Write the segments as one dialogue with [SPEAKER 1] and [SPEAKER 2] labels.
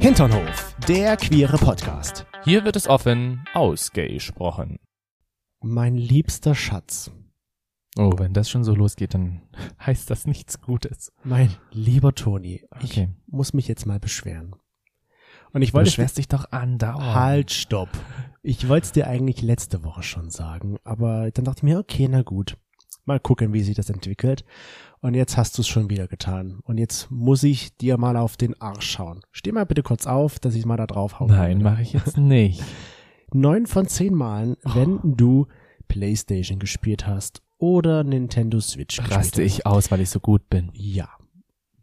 [SPEAKER 1] Hinternhof, der queere Podcast.
[SPEAKER 2] Hier wird es offen ausgesprochen.
[SPEAKER 1] Mein liebster Schatz,
[SPEAKER 2] Oh, wenn das schon so losgeht, dann heißt das nichts Gutes.
[SPEAKER 1] mein lieber Toni, ich
[SPEAKER 2] Okay.
[SPEAKER 1] muss mich jetzt mal beschweren. Und ich
[SPEAKER 2] Du
[SPEAKER 1] wollte
[SPEAKER 2] beschwerst dich doch andauernd.
[SPEAKER 1] Halt, stopp. Ich wollte es dir eigentlich letzte Woche schon sagen, aber dann dachte ich mir, okay, na gut. Mal gucken, wie sich das entwickelt. Und jetzt hast du es schon wieder getan. Und jetzt muss ich dir mal auf den Arsch schauen. Steh mal bitte kurz auf, dass ich mal da drauf haue.
[SPEAKER 2] Nein, mache ich jetzt nicht.
[SPEAKER 1] Neun von zehn Malen, wenn
[SPEAKER 2] Oh.
[SPEAKER 1] du Playstation gespielt hast oder Nintendo Switch
[SPEAKER 2] Raste
[SPEAKER 1] gespielt
[SPEAKER 2] ich aus, weil ich so gut bin.
[SPEAKER 1] hast. Ja.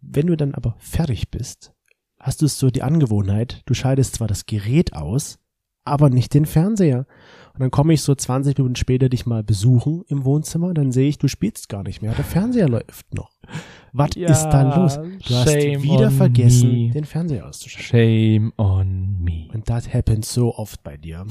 [SPEAKER 1] Wenn du dann aber fertig bist, hast du so die Angewohnheit, du schaltest zwar das Gerät aus, aber nicht den Fernseher. Und dann komme ich so 20 Minuten später dich mal besuchen im Wohnzimmer, dann sehe ich, du spielst gar nicht mehr, der Fernseher läuft noch. Was
[SPEAKER 2] Ja,
[SPEAKER 1] ist da los? Du hast
[SPEAKER 2] shame
[SPEAKER 1] wieder
[SPEAKER 2] on
[SPEAKER 1] vergessen,
[SPEAKER 2] me.
[SPEAKER 1] den Fernseher auszuschalten.
[SPEAKER 2] Shame on me.
[SPEAKER 1] Und das happens so oft bei dir.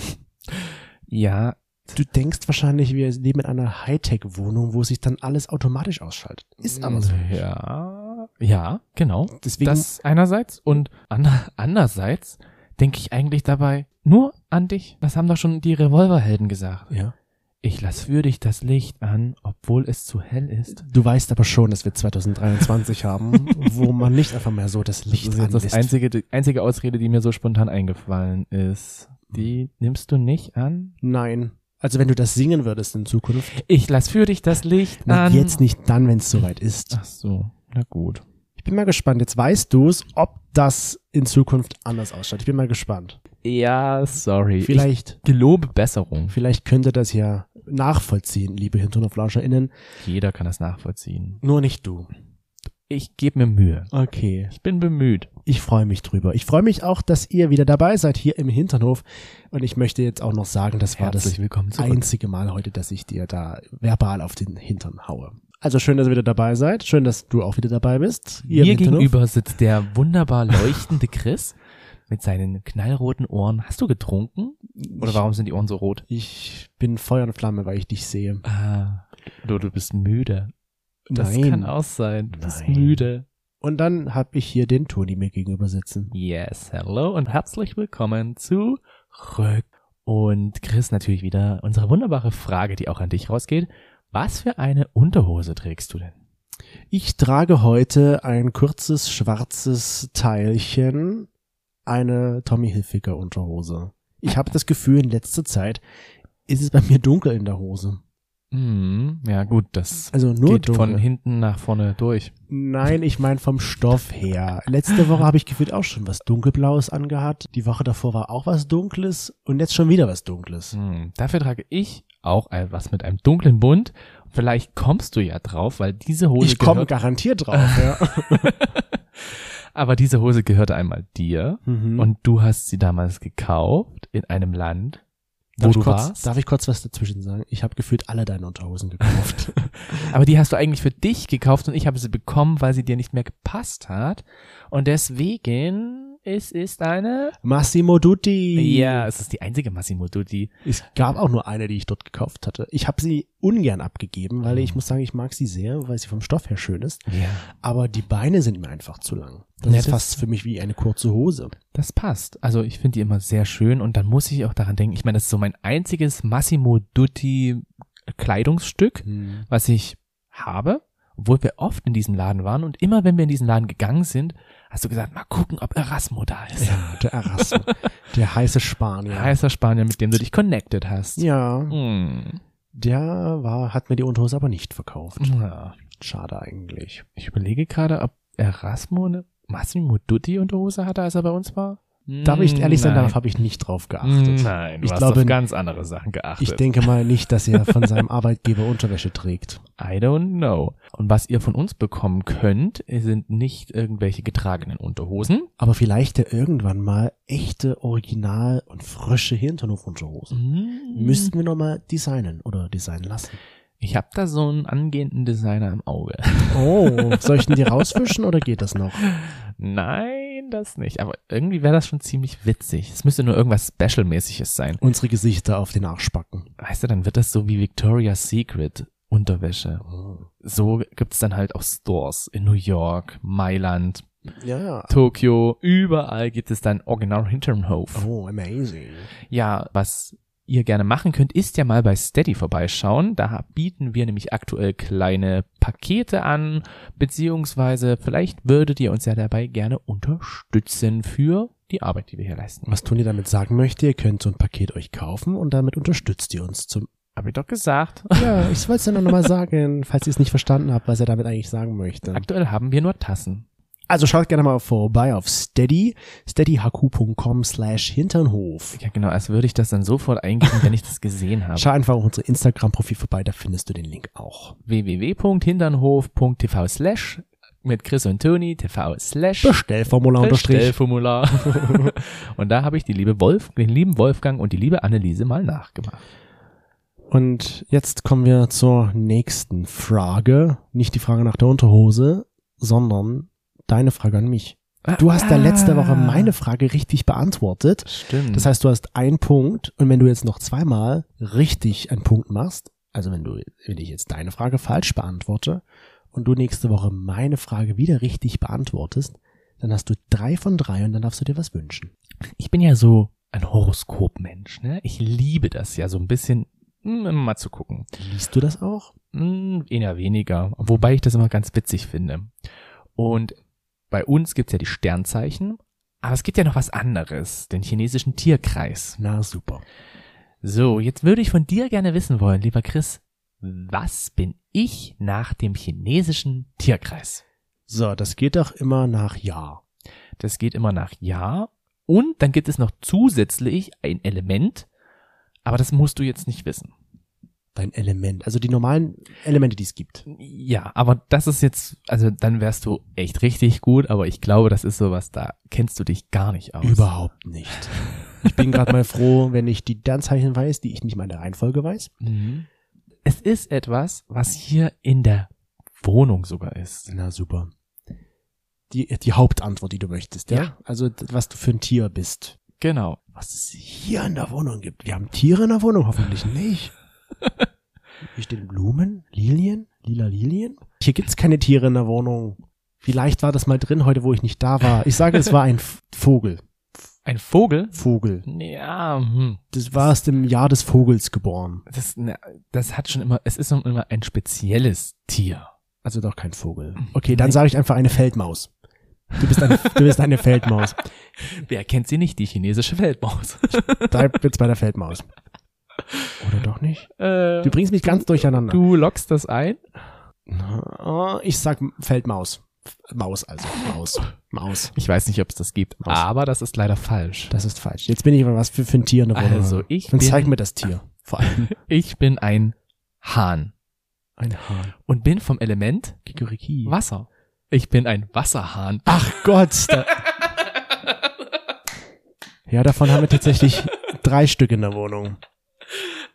[SPEAKER 2] Ja,
[SPEAKER 1] Du denkst wahrscheinlich, wir leben in einer Hightech-Wohnung, wo sich dann alles automatisch ausschaltet. Ist aber so.
[SPEAKER 2] Ja, ja, genau.
[SPEAKER 1] Deswegen,
[SPEAKER 2] das einerseits und an, andererseits denke ich eigentlich dabei nur an dich. Das haben doch schon die Revolverhelden gesagt.
[SPEAKER 1] ja.
[SPEAKER 2] Ich lass würdig das Licht an, obwohl es zu hell ist.
[SPEAKER 1] Du weißt aber schon, dass wir 2023 haben, wo man nicht einfach mehr so das Licht
[SPEAKER 2] das ist jetzt das
[SPEAKER 1] anlässt.
[SPEAKER 2] einzige, die einzige Ausrede, die mir so spontan eingefallen ist. Die nimmst du nicht an?
[SPEAKER 1] Nein. Also wenn du das singen würdest in Zukunft,
[SPEAKER 2] Ich lass für dich das Licht
[SPEAKER 1] na,
[SPEAKER 2] an.
[SPEAKER 1] jetzt nicht dann, wenn es soweit ist.
[SPEAKER 2] Ach so, na gut.
[SPEAKER 1] Ich bin mal gespannt. Jetzt weißt du es, ob das in Zukunft anders ausschaut. Ich bin mal gespannt.
[SPEAKER 2] Ja, sorry. Vielleicht
[SPEAKER 1] Vielleicht,
[SPEAKER 2] ich gelobe Besserung.
[SPEAKER 1] vielleicht könnt ihr das ja nachvollziehen, liebe HinternhoflauscherInnen.
[SPEAKER 2] Jeder kann das nachvollziehen.
[SPEAKER 1] Nur nicht du.
[SPEAKER 2] Ich gebe mir Mühe.
[SPEAKER 1] Okay.
[SPEAKER 2] Ich bin bemüht.
[SPEAKER 1] Ich freue mich drüber. Ich freue mich auch, dass ihr wieder dabei seid hier im Hinternhof. Und ich möchte jetzt auch noch sagen, das war
[SPEAKER 2] Herzlich
[SPEAKER 1] das
[SPEAKER 2] willkommen zurück.
[SPEAKER 1] einzige Mal heute, dass ich dir da verbal auf den Hintern haue. Also schön, dass ihr wieder dabei seid. Schön, dass du auch wieder dabei bist. Ihr im
[SPEAKER 2] Mir
[SPEAKER 1] Hinternhof.
[SPEAKER 2] gegenüber sitzt der wunderbar leuchtende Chris mit seinen knallroten Ohren. Hast du getrunken? Oder warum sind die Ohren so rot?
[SPEAKER 1] Ich bin Feuer und Flamme, weil ich dich sehe.
[SPEAKER 2] Ah, du, du bist müde. Das
[SPEAKER 1] Nein.
[SPEAKER 2] kann auch sein. Du bist
[SPEAKER 1] Nein.
[SPEAKER 2] müde.
[SPEAKER 1] Und dann habe ich hier den Toni mir gegenüber sitzen.
[SPEAKER 2] Yes, hello und herzlich willkommen zu Rück. Und Chris natürlich wieder unsere wunderbare Frage, die auch an dich rausgeht. Was für eine Unterhose trägst du denn?
[SPEAKER 1] Ich trage heute ein kurzes schwarzes Teilchen, eine Tommy Hilfiger Unterhose. Ich habe das Gefühl, in letzter Zeit ist es bei mir dunkel in der Hose.
[SPEAKER 2] Hm, ja gut, das
[SPEAKER 1] Also nur
[SPEAKER 2] geht von
[SPEAKER 1] dunkel.
[SPEAKER 2] hinten nach vorne durch.
[SPEAKER 1] Nein, ich meine vom Stoff her. Letzte Woche habe ich gefühlt auch schon was dunkelblaues angehabt. Die Woche davor war auch was dunkles und jetzt schon wieder was dunkles.
[SPEAKER 2] Hm, dafür trage ich auch etwas mit einem dunklen Bund. Vielleicht kommst du ja drauf, weil diese Hose
[SPEAKER 1] Ich komme
[SPEAKER 2] gehört,
[SPEAKER 1] garantiert drauf, ja.
[SPEAKER 2] aber diese Hose gehörte einmal dir
[SPEAKER 1] Mhm.
[SPEAKER 2] und du hast sie damals gekauft in einem Land, wo
[SPEAKER 1] darf,
[SPEAKER 2] du
[SPEAKER 1] ich kurz,
[SPEAKER 2] warst.
[SPEAKER 1] darf ich kurz was dazwischen sagen? Ich habe gefühlt alle deine Unterhosen gekauft.
[SPEAKER 2] Aber die hast du eigentlich für dich gekauft und ich habe sie bekommen, weil sie dir nicht mehr gepasst hat. Und deswegen, es ist eine.
[SPEAKER 1] Massimo Dutti.
[SPEAKER 2] Ja, es ist die einzige Massimo Dutti.
[SPEAKER 1] Es gab auch nur eine, die ich dort gekauft hatte. Ich habe sie ungern abgegeben, weil
[SPEAKER 2] Mhm.
[SPEAKER 1] ich muss sagen, ich mag sie sehr, weil sie vom Stoff her schön ist.
[SPEAKER 2] Ja.
[SPEAKER 1] Aber die Beine sind mir einfach zu lang. Das
[SPEAKER 2] Ja,
[SPEAKER 1] ist
[SPEAKER 2] das-
[SPEAKER 1] fast für mich wie eine kurze Hose.
[SPEAKER 2] Das passt. Also ich finde die immer sehr schön und dann muss ich auch daran denken. Ich meine, das ist so mein einziges Massimo Dutti Kleidungsstück, was ich habe, obwohl wir oft in diesem Laden waren und immer wenn wir in diesen Laden gegangen sind, hast du gesagt, mal gucken, ob Erasmo da ist.
[SPEAKER 1] Ja, der Erasmus. der heiße Spanier.
[SPEAKER 2] Heißer Spanier, mit dem du dich connected hast.
[SPEAKER 1] ja,
[SPEAKER 2] Hm.
[SPEAKER 1] der war, hat mir die Unterhose aber nicht verkauft.
[SPEAKER 2] ja.
[SPEAKER 1] Schade eigentlich.
[SPEAKER 2] Ich überlege gerade, ob Erasmo eine Massimo Dutti Unterhose hatte, als er bei uns war.
[SPEAKER 1] Darf ich ehrlich sein,
[SPEAKER 2] Hm, Mm, Nein. Mm, Hm,
[SPEAKER 1] darauf habe ich nicht drauf geachtet.
[SPEAKER 2] Nein, du
[SPEAKER 1] Ich
[SPEAKER 2] hast
[SPEAKER 1] glaube,
[SPEAKER 2] auf ganz andere Sachen geachtet.
[SPEAKER 1] Ich denke mal nicht, dass er von seinem Arbeitgeber Unterwäsche trägt.
[SPEAKER 2] I don't know. Und was ihr von uns bekommen könnt, sind nicht irgendwelche getragenen Unterhosen.
[SPEAKER 1] Aber vielleicht ja irgendwann mal echte, original und frische Hinternhof-Unterhosen.
[SPEAKER 2] Hm.
[SPEAKER 1] Müssten wir nochmal designen oder designen lassen.
[SPEAKER 2] Ich habe da so einen angehenden Designer im Auge.
[SPEAKER 1] Oh, soll ich denn die rausfischen oder geht das noch?
[SPEAKER 2] Nein, das nicht. Aber irgendwie wäre das schon ziemlich witzig. Es müsste nur irgendwas Special-mäßiges sein.
[SPEAKER 1] Unsere Gesichter auf den Arsch backen.
[SPEAKER 2] Weißt du, dann wird das so wie Victoria's Secret Unterwäsche. so gibt's dann halt auch Stores in New York, Mailand,
[SPEAKER 1] Ja, ja.
[SPEAKER 2] Tokio, überall gibt es dann Original Hinternhof.
[SPEAKER 1] Oh, amazing.
[SPEAKER 2] Ja, was ihr gerne machen könnt, ist ja mal bei Steady vorbeischauen. Da bieten wir nämlich aktuell kleine Pakete an, beziehungsweise vielleicht würdet ihr uns ja dabei gerne unterstützen für die Arbeit, die wir hier leisten.
[SPEAKER 1] Was Toni damit sagen möchte, ihr könnt so ein Paket euch kaufen und damit unterstützt ihr uns zum
[SPEAKER 2] Hab ich doch gesagt.
[SPEAKER 1] ja, ich wollte es ja noch mal sagen, falls ihr es nicht verstanden habt, was er damit eigentlich sagen möchte.
[SPEAKER 2] Aktuell haben wir nur Tassen.
[SPEAKER 1] Also schaut gerne mal vorbei auf Steady, steadyhq.com slash Hinternhof.
[SPEAKER 2] Ja, genau, als würde ich das dann sofort eingeben, wenn ich das gesehen habe.
[SPEAKER 1] Schau einfach auf unser Instagram-Profil vorbei, da findest du den Link auch.
[SPEAKER 2] www.hinternhof.tv slash mit Chris und Toni TV slash
[SPEAKER 1] Bestellformular unterstrich.
[SPEAKER 2] Bestellformular. und da habe ich die liebe Wolf, den lieben Wolfgang und die liebe Anneliese mal nachgemacht.
[SPEAKER 1] Und jetzt kommen wir zur nächsten Frage. Nicht die Frage nach der Unterhose, sondern deine Frage an mich. Du hast da letzte Woche meine Frage richtig beantwortet.
[SPEAKER 2] Stimmt.
[SPEAKER 1] Das heißt, du hast einen Punkt und wenn du jetzt noch zweimal richtig einen Punkt machst, also wenn du, wenn ich jetzt deine Frage falsch beantworte und du nächste Woche meine Frage wieder richtig beantwortest, dann hast du drei von drei und dann darfst du dir was wünschen.
[SPEAKER 2] ich bin ja so ein Horoskopmensch, ne? Ich liebe das ja so ein bisschen mm, mal zu gucken.
[SPEAKER 1] Liest du das auch?
[SPEAKER 2] Mm, eher weniger, wobei ich das immer ganz witzig finde. Und bei uns gibt's ja die Sternzeichen, aber es gibt ja noch was anderes, den chinesischen Tierkreis.
[SPEAKER 1] Na super.
[SPEAKER 2] So, jetzt würde ich von dir gerne wissen wollen, lieber Chris, was bin ich nach dem chinesischen Tierkreis?
[SPEAKER 1] So, das geht doch immer nach Jahr.
[SPEAKER 2] Das geht immer nach Jahr und dann gibt es noch zusätzlich ein Element, aber das musst du jetzt nicht wissen.
[SPEAKER 1] Dein Element, also die normalen Elemente, die es gibt.
[SPEAKER 2] Ja, aber das ist jetzt, also dann wärst du echt richtig gut, aber ich glaube, das ist sowas, da kennst du dich gar nicht aus.
[SPEAKER 1] Überhaupt nicht. Ich bin gerade mal froh, wenn ich die Sternzeichen weiß, die ich nicht mal in der Reihenfolge weiß.
[SPEAKER 2] Mhm. Es ist etwas, was hier in der Wohnung sogar ist.
[SPEAKER 1] Na super. Die, die Hauptantwort, die du möchtest, ja?
[SPEAKER 2] Ja.
[SPEAKER 1] Also, d- was du für ein Tier bist.
[SPEAKER 2] Genau.
[SPEAKER 1] Was es hier in der Wohnung gibt. Wir haben Tiere in der Wohnung, hoffentlich nicht. Hier stehen Blumen, Lilien, lila Lilien. Hier gibt's keine Tiere in der Wohnung. Vielleicht war das mal drin heute, wo ich nicht da war. Ich sage, es war ein F- Vogel.
[SPEAKER 2] Ein Vogel?
[SPEAKER 1] Vogel.
[SPEAKER 2] Ja, hm.
[SPEAKER 1] Das war erst im Jahr des Vogels geboren.
[SPEAKER 2] das, na, das hat schon immer, es ist schon immer ein spezielles Tier.
[SPEAKER 1] Also doch kein Vogel. Okay, dann sage ich einfach eine Feldmaus. Du bist, ein, du bist eine Feldmaus.
[SPEAKER 2] Wer kennt sie nicht, die chinesische Feldmaus?
[SPEAKER 1] Bleib jetzt bei der Feldmaus. Oder doch nicht?
[SPEAKER 2] Äh,
[SPEAKER 1] Du bringst mich ganz durcheinander.
[SPEAKER 2] du lockst das ein?
[SPEAKER 1] Na, Ich sag Feldmaus. Maus also. Maus. Maus.
[SPEAKER 2] Ich weiß nicht, ob es das gibt,
[SPEAKER 1] Maus.
[SPEAKER 2] aber das ist leider falsch.
[SPEAKER 1] Das ist falsch. Jetzt bin ich aber was für, für ein Tier in der Wohnung.
[SPEAKER 2] Also, ich
[SPEAKER 1] Dann
[SPEAKER 2] bin-
[SPEAKER 1] zeig mir das Tier. Vor allem
[SPEAKER 2] Ich bin ein Hahn
[SPEAKER 1] ein Hahn.
[SPEAKER 2] und bin vom Element
[SPEAKER 1] Kikuriki.
[SPEAKER 2] Wasser. Ich bin ein Wasserhahn.
[SPEAKER 1] Ach Gott. Da ja, davon haben wir tatsächlich drei Stück in der Wohnung.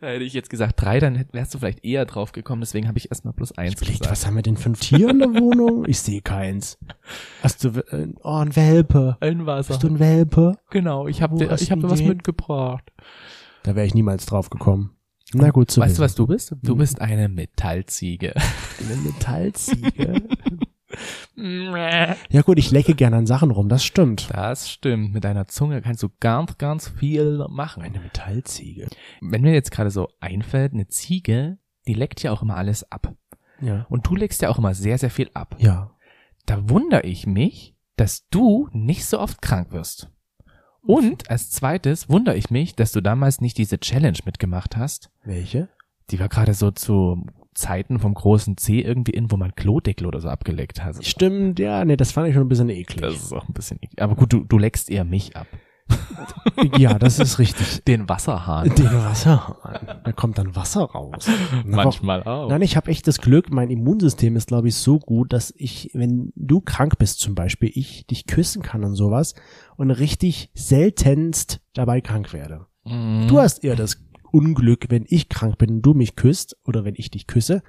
[SPEAKER 2] Hätte ich jetzt gesagt drei, dann hätt- wärst du vielleicht eher drauf gekommen, deswegen habe ich erstmal plus eins
[SPEAKER 1] Überlegt,
[SPEAKER 2] gesagt.
[SPEAKER 1] was haben wir denn für ein Tier in der Wohnung? Ich sehe keins. Hast du, äh, oh, ein Welpe.
[SPEAKER 2] Ein Wasser.
[SPEAKER 1] Bist du ein Welpe?
[SPEAKER 2] Genau, ich
[SPEAKER 1] Wo
[SPEAKER 2] habe
[SPEAKER 1] hast
[SPEAKER 2] ich hab
[SPEAKER 1] du
[SPEAKER 2] dir was
[SPEAKER 1] den?
[SPEAKER 2] mitgebracht.
[SPEAKER 1] Da wäre ich niemals drauf gekommen. Na gut, so
[SPEAKER 2] weißt du, was du bist? Du
[SPEAKER 1] Mhm.
[SPEAKER 2] bist eine Metallziege.
[SPEAKER 1] Eine Metallziege.
[SPEAKER 2] Das
[SPEAKER 1] Ja gut, ich lecke gerne an Sachen rum, das stimmt.
[SPEAKER 2] stimmt. Mit deiner Zunge kannst du ganz, ganz viel machen.
[SPEAKER 1] Eine Metallziege.
[SPEAKER 2] Wenn mir jetzt gerade so einfällt, eine Ziege, die leckt ja auch immer alles ab.
[SPEAKER 1] Ja.
[SPEAKER 2] Und du leckst ja auch immer sehr, sehr viel ab.
[SPEAKER 1] Ja.
[SPEAKER 2] Da wundere ich mich, dass du nicht so oft krank wirst. Und als zweites wundere ich mich, dass du damals nicht diese Challenge mitgemacht hast.
[SPEAKER 1] Welche?
[SPEAKER 2] Die war gerade so zu Zeiten vom großen C irgendwie in, wo man Klodeckel oder so abgeleckt hat.
[SPEAKER 1] Stimmt, ja, nee, das fand ich schon ein bisschen eklig.
[SPEAKER 2] Das ist auch ein bisschen eklig. Aber gut, du, du leckst eher mich ab.
[SPEAKER 1] ja, das ist richtig.
[SPEAKER 2] Den Wasserhahn.
[SPEAKER 1] Den Wasserhahn. Da kommt dann Wasser raus. Na,
[SPEAKER 2] Manchmal
[SPEAKER 1] wa-
[SPEAKER 2] auch.
[SPEAKER 1] Nein, ich habe echt das Glück, mein Immunsystem ist, glaube ich, so gut, dass ich, wenn du krank bist zum Beispiel, ich dich küssen kann und sowas und richtig seltenst dabei krank werde.
[SPEAKER 2] Mhm.
[SPEAKER 1] Du hast eher das Unglück, wenn ich krank bin und du mich küsst oder wenn ich dich küsse,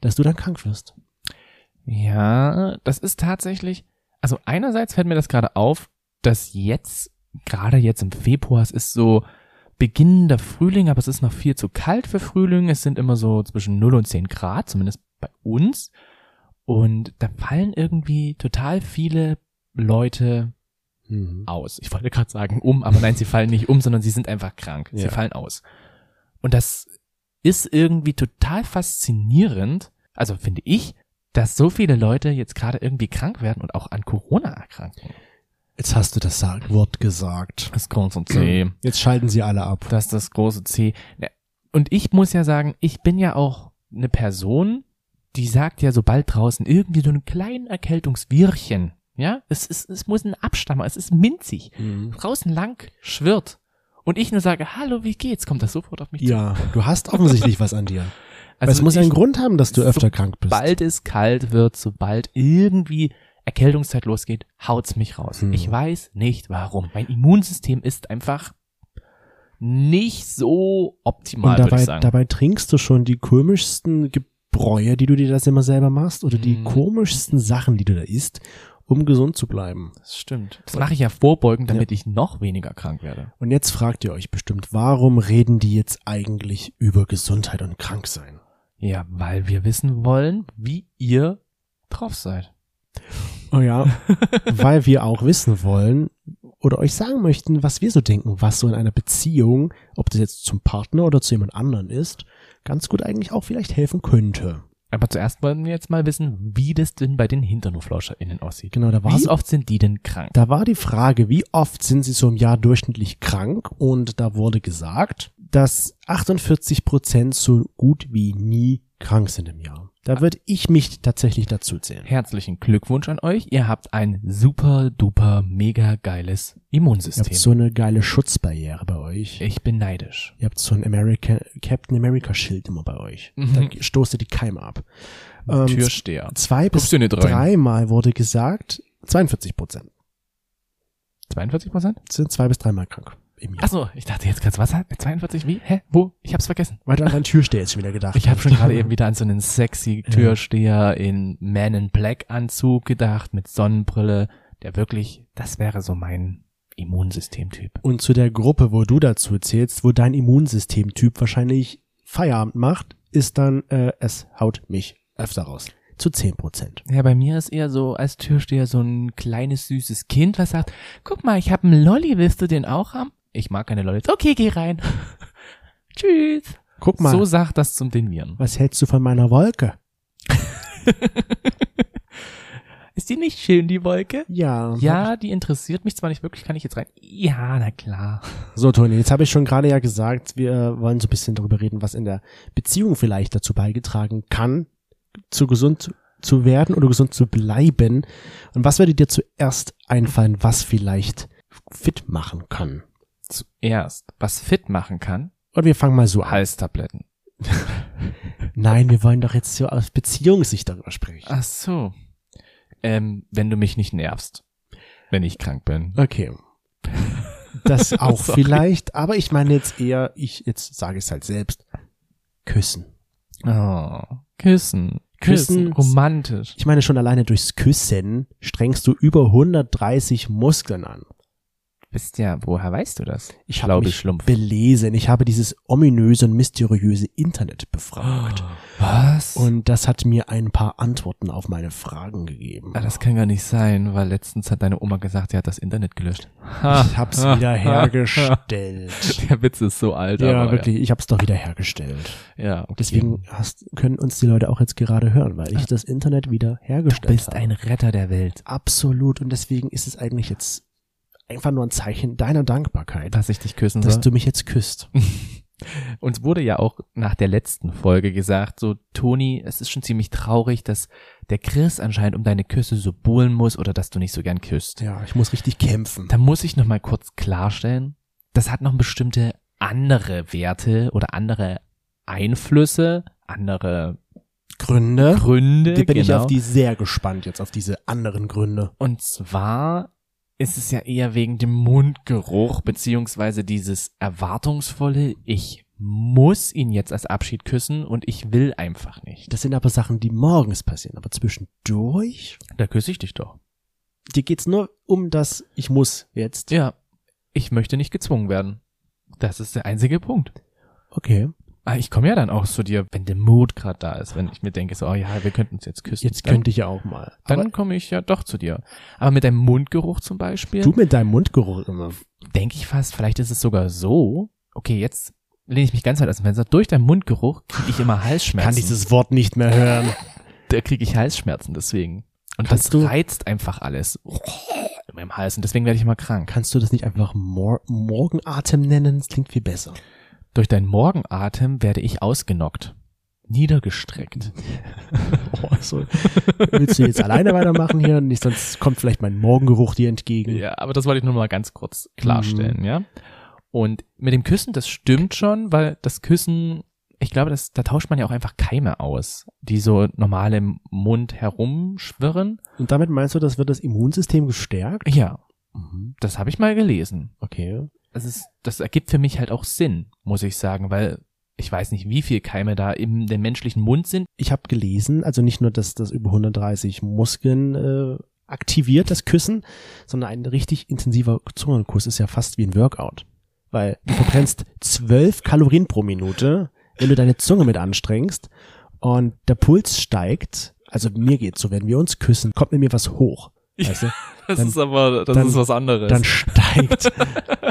[SPEAKER 1] dass du dann krank wirst.
[SPEAKER 2] Ja, das ist tatsächlich. Also einerseits fällt mir das gerade auf, dass jetzt, gerade jetzt im Februar, es ist so beginnender Frühling, aber es ist noch viel zu kalt für Frühling. Es sind immer so zwischen 0 und 10 Grad, zumindest bei uns. Und da fallen irgendwie total viele Leute
[SPEAKER 1] Mhm.
[SPEAKER 2] aus. Ich wollte gerade sagen um, aber nein, sie fallen nicht um, sondern sie sind einfach krank. Sie
[SPEAKER 1] Ja.
[SPEAKER 2] fallen aus. Und das ist irgendwie total faszinierend, also finde ich, dass so viele Leute jetzt gerade irgendwie krank werden und auch an Corona erkranken.
[SPEAKER 1] Jetzt hast du das Sa- Wort gesagt.
[SPEAKER 2] Das große C.
[SPEAKER 1] Jetzt schalten sie alle ab.
[SPEAKER 2] Das ist das große C. Na, Und ich muss ja sagen, ich bin ja auch eine Person, die sagt ja, sobald draußen irgendwie so ein kleinen Erkältungswirchen, ja, es, ist, es muss ein Abstammer, es ist minzig.
[SPEAKER 1] Mhm.
[SPEAKER 2] draußen lang schwirrt und ich nur sage, hallo, wie geht's? Kommt das sofort auf mich zu?
[SPEAKER 1] Ja, du hast offensichtlich was an dir. Also
[SPEAKER 2] Also
[SPEAKER 1] es muss
[SPEAKER 2] ich,
[SPEAKER 1] einen Grund haben, dass du öfter krank bist.
[SPEAKER 2] sobald es kalt wird, sobald irgendwie Erkältungszeit losgeht, haut's mich raus.
[SPEAKER 1] Hm.
[SPEAKER 2] Ich weiß nicht warum. Mein Immunsystem ist einfach nicht so optimal,
[SPEAKER 1] Und
[SPEAKER 2] würde ich
[SPEAKER 1] dabei,
[SPEAKER 2] sagen.
[SPEAKER 1] dabei trinkst du schon die komischsten Gebräue, die du dir das immer selber machst, oder die
[SPEAKER 2] Mhm.
[SPEAKER 1] komischsten Sachen, die du da isst, um gesund zu bleiben.
[SPEAKER 2] das stimmt. Das mache ich ja vorbeugend, damit ich noch weniger krank werde.
[SPEAKER 1] Und jetzt fragt ihr euch bestimmt, warum reden die jetzt eigentlich über Gesundheit und Kranksein?
[SPEAKER 2] Ja, weil wir wissen wollen, wie ihr drauf seid.
[SPEAKER 1] Oh ja. Weil wir auch wissen wollen oder euch sagen möchten, was wir so denken, was so in einer Beziehung, ob das jetzt zum Partner oder zu jemand anderen ist, ganz gut eigentlich auch vielleicht helfen könnte.
[SPEAKER 2] Aber zuerst wollen wir jetzt mal wissen, wie das denn bei den HinternuflauscherInnen aussieht.
[SPEAKER 1] Genau, da war
[SPEAKER 2] Wie
[SPEAKER 1] so
[SPEAKER 2] oft sind die denn krank?
[SPEAKER 1] Da war die Frage, wie oft sind sie so im Jahr durchschnittlich krank? Und da wurde gesagt, dass 48 Prozent so gut wie nie krank sind im Jahr. Da würde ich mich tatsächlich dazu zählen.
[SPEAKER 2] Herzlichen Glückwunsch an euch. Ihr habt ein super duper mega geiles
[SPEAKER 1] Ihr habt
[SPEAKER 2] Immunsystem.
[SPEAKER 1] so eine geile Schutzbarriere bei euch.
[SPEAKER 2] Ich bin neidisch.
[SPEAKER 1] Ihr habt so ein America, Captain America Schild immer bei euch. Da
[SPEAKER 2] Mhm.
[SPEAKER 1] stoßt ihr die Keime ab. Ähm,
[SPEAKER 2] Türsteher.
[SPEAKER 1] zwei bis
[SPEAKER 2] Guckst du nicht rein?
[SPEAKER 1] dreimal wurde gesagt, 42 Prozent
[SPEAKER 2] 42 Prozent?
[SPEAKER 1] sind zwei bis dreimal krank im Jahr.
[SPEAKER 2] Achso, ich dachte jetzt gerade was? 42? Wie? Hä? Wo? Ich hab's vergessen.
[SPEAKER 1] Weil du an deinen Türsteher jetzt schon wieder gedacht
[SPEAKER 2] Ich habe schon gerade eben wieder an so einen sexy Türsteher in Man in Black Anzug gedacht mit Sonnenbrille, der wirklich, das wäre so mein Immunsystemtyp.
[SPEAKER 1] Und zu der Gruppe, wo du dazu zählst, wo dein Immunsystemtyp wahrscheinlich Feierabend macht, ist dann, äh, es haut mich öfter raus. Zu 10 Prozent.
[SPEAKER 2] Ja, bei mir ist eher so als Türsteher so ein kleines süßes Kind, was sagt, guck mal, ich habe einen Lolli, willst du den auch haben? Ich mag keine Lollis. Okay, geh rein. Tschüss.
[SPEAKER 1] Guck mal,
[SPEAKER 2] So sagt das zum den Viren.
[SPEAKER 1] was hältst du von meiner Wolke?
[SPEAKER 2] Ist die nicht schön, die Wolke?
[SPEAKER 1] Ja.
[SPEAKER 2] Ja, die interessiert mich zwar nicht wirklich, kann ich jetzt rein? Ja, na klar.
[SPEAKER 1] So, Toni, jetzt habe ich schon gerade ja gesagt, wir wollen so ein bisschen darüber reden, was in der Beziehung vielleicht dazu beigetragen kann, zu gesund zu werden oder gesund zu bleiben. Und was würde dir zuerst einfallen, was vielleicht fit machen kann?
[SPEAKER 2] Zuerst, was fit machen kann,
[SPEAKER 1] Und wir fangen mal so an.
[SPEAKER 2] Halstabletten.
[SPEAKER 1] Nein, wir wollen doch jetzt so aus Beziehungssicht darüber sprechen.
[SPEAKER 2] Ach so. Ähm, wenn du mich nicht nervst, wenn ich krank bin.
[SPEAKER 1] Okay. Das auch
[SPEAKER 2] Sorry.
[SPEAKER 1] vielleicht, aber ich meine jetzt eher, ich jetzt sage es halt selbst. Küssen.
[SPEAKER 2] Oh. Küssen. Küssen,
[SPEAKER 1] Küssen.
[SPEAKER 2] romantisch.
[SPEAKER 1] Ich meine schon alleine durchs Küssen strengst du über 130 Muskeln an.
[SPEAKER 2] Bist ja, woher weißt du das?
[SPEAKER 1] Ich
[SPEAKER 2] Glaube
[SPEAKER 1] habe mich
[SPEAKER 2] Schlumpf.
[SPEAKER 1] belesen. Ich habe dieses ominöse und mysteriöse Internet befragt.
[SPEAKER 2] Ah. Was? Und
[SPEAKER 1] Und das hat mir ein paar Antworten auf meine Fragen gegeben.
[SPEAKER 2] ah, das kann gar nicht sein, weil letztens hat deine Oma gesagt, sie hat das Internet gelöscht.
[SPEAKER 1] Ich hab's
[SPEAKER 2] Ah.
[SPEAKER 1] wieder hergestellt.
[SPEAKER 2] Der Witz ist so alt,
[SPEAKER 1] Ja,
[SPEAKER 2] aber
[SPEAKER 1] wirklich, ich hab's doch wieder hergestellt.
[SPEAKER 2] Ja, ja okay.
[SPEAKER 1] Deswegen hast, können uns die Leute auch jetzt gerade hören, weil ich das Internet wieder
[SPEAKER 2] du
[SPEAKER 1] hergestellt
[SPEAKER 2] bist
[SPEAKER 1] habe.
[SPEAKER 2] ein Retter der Welt,
[SPEAKER 1] Absolut. Und deswegen ist es eigentlich jetzt einfach nur ein Zeichen deiner Dankbarkeit,
[SPEAKER 2] dass ich dich küssen
[SPEAKER 1] dass
[SPEAKER 2] soll.
[SPEAKER 1] du mich jetzt küsst.
[SPEAKER 2] Uns wurde ja auch nach der letzten Folge gesagt, so Toni, es ist schon ziemlich traurig, dass der Chris anscheinend um deine Küsse so buhlen muss oder dass du nicht so gern küsst.
[SPEAKER 1] Ja, ich muss richtig kämpfen.
[SPEAKER 2] Da muss ich nochmal kurz klarstellen, das hat noch bestimmte andere Werte oder andere Einflüsse, andere
[SPEAKER 1] Gründe.
[SPEAKER 2] Gründe.
[SPEAKER 1] Da bin ich
[SPEAKER 2] genau.
[SPEAKER 1] auf Ne? die sehr gespannt jetzt, auf diese anderen Gründe.
[SPEAKER 2] Und zwar ist es ja eher wegen dem Mundgeruch, beziehungsweise dieses erwartungsvolle, ich muss ihn jetzt als Abschied küssen und ich will einfach nicht.
[SPEAKER 1] Das sind aber Sachen, die morgens passieren. Aber zwischendurch,
[SPEAKER 2] Da küsse ich dich doch.
[SPEAKER 1] dir geht's nur um das, ich muss jetzt.
[SPEAKER 2] Ja, ich möchte nicht gezwungen werden. Das ist der einzige Punkt.
[SPEAKER 1] Okay.
[SPEAKER 2] Ah, ich komme ja dann auch zu dir, wenn der Mut gerade da ist, wenn ich mir denke, so, oh ja, wir könnten uns jetzt küssen.
[SPEAKER 1] Jetzt könnte ich ja auch mal.
[SPEAKER 2] Dann,
[SPEAKER 1] Aber
[SPEAKER 2] dann komme ich ja doch zu dir. Aber mit deinem Mundgeruch zum Beispiel,
[SPEAKER 1] du mit deinem Mundgeruch immer.
[SPEAKER 2] denke ich fast, vielleicht ist es sogar so, okay, jetzt lehne ich mich ganz weit aus dem Fenster, durch deinen Mundgeruch kriege ich immer Halsschmerzen.
[SPEAKER 1] Kann dieses Wort nicht mehr hören.
[SPEAKER 2] da kriege ich Halsschmerzen deswegen. Und
[SPEAKER 1] Kannst
[SPEAKER 2] das
[SPEAKER 1] du-
[SPEAKER 2] reizt einfach alles in meinem Hals und deswegen werde ich immer krank.
[SPEAKER 1] Kannst du das nicht einfach Mor Morgenatem nennen? Das klingt viel besser.
[SPEAKER 2] Durch deinen Morgenatem werde ich ausgenockt, niedergestreckt.
[SPEAKER 1] Oh, so. Willst du jetzt alleine weitermachen hier? Nicht, sonst kommt vielleicht mein Morgengeruch dir entgegen.
[SPEAKER 2] Ja, aber das wollte ich nur mal ganz kurz klarstellen, ja. Und mit dem Küssen, das stimmt schon, weil das Küssen, ich glaube, das, da tauscht man ja auch einfach Keime aus, die so normal im Mund herumschwirren.
[SPEAKER 1] Und damit meinst du, das wird das Immunsystem gestärkt?
[SPEAKER 2] Ja, das habe ich mal gelesen.
[SPEAKER 1] Okay.
[SPEAKER 2] Das, ist, das ergibt für mich halt auch Sinn, muss ich sagen, weil ich weiß nicht, wie viel Keime da in dem menschlichen Mund sind.
[SPEAKER 1] Ich habe gelesen, also nicht nur, dass das über 130 Muskeln äh, aktiviert, das Küssen, sondern ein richtig intensiver Zungenkuss ist ja fast wie ein Workout. Weil du verbrennst 12 Kalorien pro Minute, wenn du deine Zunge mit anstrengst und der Puls steigt. Also mir geht's so, wenn wir uns küssen, kommt mit mir was hoch. Weißt du?
[SPEAKER 2] Das
[SPEAKER 1] Dann-
[SPEAKER 2] ist aber, das
[SPEAKER 1] dann-
[SPEAKER 2] ist was anderes.
[SPEAKER 1] dann steigt,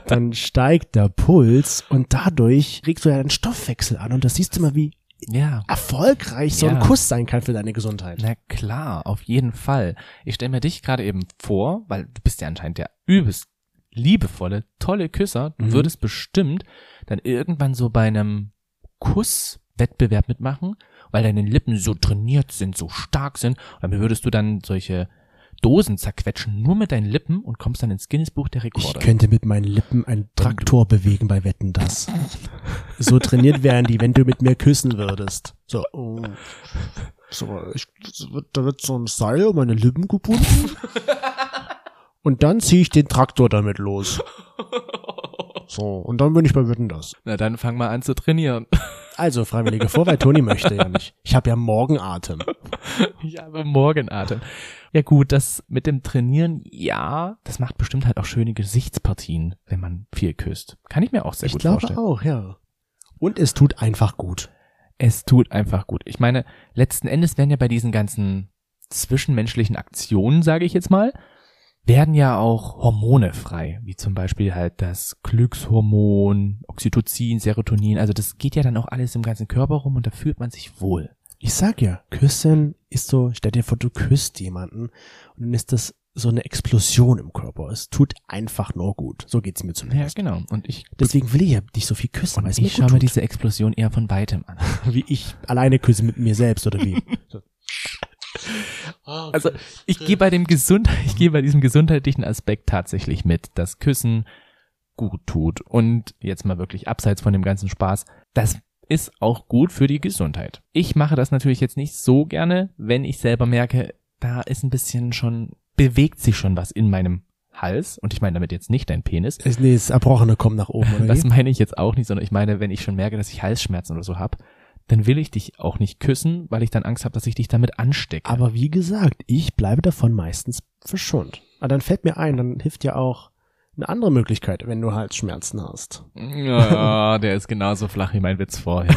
[SPEAKER 1] dann steigt der Puls und dadurch regst du ja deinen Stoffwechsel an und das siehst du mal, wie
[SPEAKER 2] ja.
[SPEAKER 1] erfolgreich so ein
[SPEAKER 2] Ja.
[SPEAKER 1] Kuss sein kann für deine Gesundheit.
[SPEAKER 2] Na klar, auf jeden Fall. Ich stelle mir dich gerade eben vor, weil du bist ja anscheinend der übelst liebevolle, tolle Küsser. Du
[SPEAKER 1] Mhm.
[SPEAKER 2] würdest bestimmt dann irgendwann so bei einem Kusswettbewerb mitmachen, weil deine Lippen so trainiert sind, so stark sind. Und dann würdest du dann solche Dosen zerquetschen, nur mit deinen Lippen und kommst dann ins Guinness-Buch der
[SPEAKER 1] Ich
[SPEAKER 2] Rekorde.
[SPEAKER 1] könnte mit meinen Lippen einen Traktor bewegen bei Wetten das. So trainiert wären die, wenn du mit mir küssen würdest. So, oh. so ich, das wird, da wird so ein Seil um meine Lippen gebunden und dann ziehe ich den Traktor damit los. So, und dann bin ich bei Wetten das.
[SPEAKER 2] Na dann fang mal an zu trainieren.
[SPEAKER 1] Also, Freiwillige vor, weil Toni möchte ja nicht. Ich habe ja Morgenatem.
[SPEAKER 2] Ich habe Morgenatem. Ja gut, das mit dem Trainieren, ja, das macht bestimmt halt auch schöne Gesichtspartien, wenn man viel küsst. Kann ich mir auch sehr
[SPEAKER 1] ich
[SPEAKER 2] gut
[SPEAKER 1] glaube
[SPEAKER 2] vorstellen.
[SPEAKER 1] auch, ja. Und es tut einfach gut.
[SPEAKER 2] Es tut einfach gut. Ich meine, letzten Endes werden ja bei diesen ganzen zwischenmenschlichen Aktionen, sage ich jetzt mal, werden ja auch Hormone frei, wie zum Beispiel halt das Glückshormon, Oxytocin, Serotonin. Also das geht ja dann auch alles im ganzen Körper rum und da fühlt man sich wohl.
[SPEAKER 1] Ich sag ja, küssen ist so, stell dir vor, du küsst jemanden und dann ist das so eine Explosion im Körper. Es tut einfach nur gut. So geht's mir
[SPEAKER 2] Ja,
[SPEAKER 1] zumindest.
[SPEAKER 2] genau. Und ich,
[SPEAKER 1] Deswegen will ich ja nicht so viel küssen, weil es mir
[SPEAKER 2] ich
[SPEAKER 1] gut
[SPEAKER 2] schaue mir
[SPEAKER 1] tut.
[SPEAKER 2] diese Explosion eher von weitem an.
[SPEAKER 1] wie ich alleine küsse mit mir selbst oder wie. So.
[SPEAKER 2] Also ich gehe bei dem Gesund, ich gehe bei diesem gesundheitlichen Aspekt tatsächlich mit, dass Küssen gut tut und jetzt mal wirklich abseits von dem ganzen Spaß, das ist auch gut für die Gesundheit. Ich mache das natürlich jetzt nicht so gerne, wenn ich selber merke, da ist ein bisschen schon bewegt sich schon was in meinem Hals und ich meine damit jetzt nicht dein Penis.
[SPEAKER 1] Es, nee, das Erbrochene kommt nach oben. Oder
[SPEAKER 2] Das
[SPEAKER 1] wie?
[SPEAKER 2] meine ich jetzt auch nicht, sondern ich meine, wenn ich schon merke, dass ich Halsschmerzen oder so habe, dann will ich dich auch nicht küssen, weil ich dann Angst habe, dass ich dich damit anstecke.
[SPEAKER 1] Aber wie gesagt, ich bleibe davon meistens verschont. Aber dann fällt mir ein, dann hilft ja auch eine andere Möglichkeit, wenn du Halsschmerzen hast.
[SPEAKER 2] Ja, der ist genauso flach wie mein Witz vorher.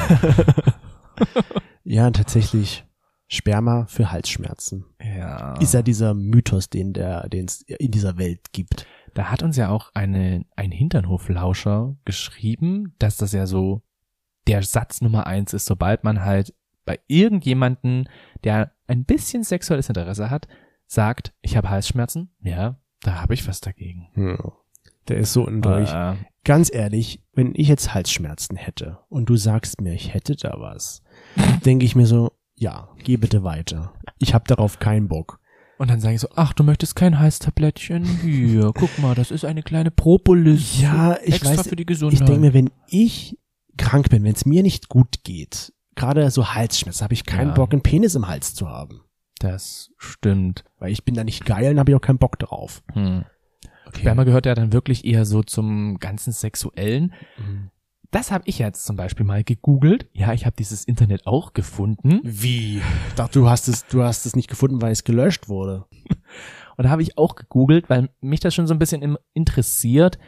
[SPEAKER 1] Ja, tatsächlich. Sperma für Halsschmerzen.
[SPEAKER 2] Ja.
[SPEAKER 1] Ist ja dieser Mythos, den der, den es in dieser Welt gibt.
[SPEAKER 2] Da hat uns ja auch eine, ein Hinternhoflauscher geschrieben, dass das ja so der Satz Nummer eins ist, sobald man halt bei irgendjemanden, der ein bisschen sexuelles Interesse hat, sagt, ich habe Halsschmerzen. Ja, da habe ich was dagegen.
[SPEAKER 1] Der ist so undurch.
[SPEAKER 2] Äh,
[SPEAKER 1] Ganz ehrlich, wenn ich jetzt Halsschmerzen hätte und du sagst mir, ich hätte da was, denke ich mir so, ja, geh bitte weiter. Ich habe darauf keinen Bock.
[SPEAKER 2] und dann sage ich so, ach, du möchtest kein Halstablettchen? Hier, guck mal, das ist eine kleine Propolis.
[SPEAKER 1] Ja, ich
[SPEAKER 2] extra
[SPEAKER 1] weiß-
[SPEAKER 2] für die
[SPEAKER 1] Ich
[SPEAKER 2] Gesundheit.
[SPEAKER 1] denke mir, wenn ich krank bin, wenn es mir nicht gut geht, gerade so Halsschmerzen, habe ich keinen
[SPEAKER 2] Ja.
[SPEAKER 1] Bock, einen Penis im Hals zu haben.
[SPEAKER 2] das stimmt.
[SPEAKER 1] Weil ich bin da nicht geil und habe ich auch keinen Bock drauf.
[SPEAKER 2] Hm.
[SPEAKER 1] Okay.
[SPEAKER 2] Sperma gehört ja dann wirklich eher so zum ganzen Sexuellen.
[SPEAKER 1] Mhm.
[SPEAKER 2] Das habe ich jetzt zum Beispiel mal gegoogelt. Ja, ich habe dieses Internet auch gefunden.
[SPEAKER 1] Wie? Ich dachte, du hast es, du hast es nicht gefunden, weil es gelöscht wurde.
[SPEAKER 2] Und da habe ich auch gegoogelt, weil mich das schon so ein bisschen im- interessiert.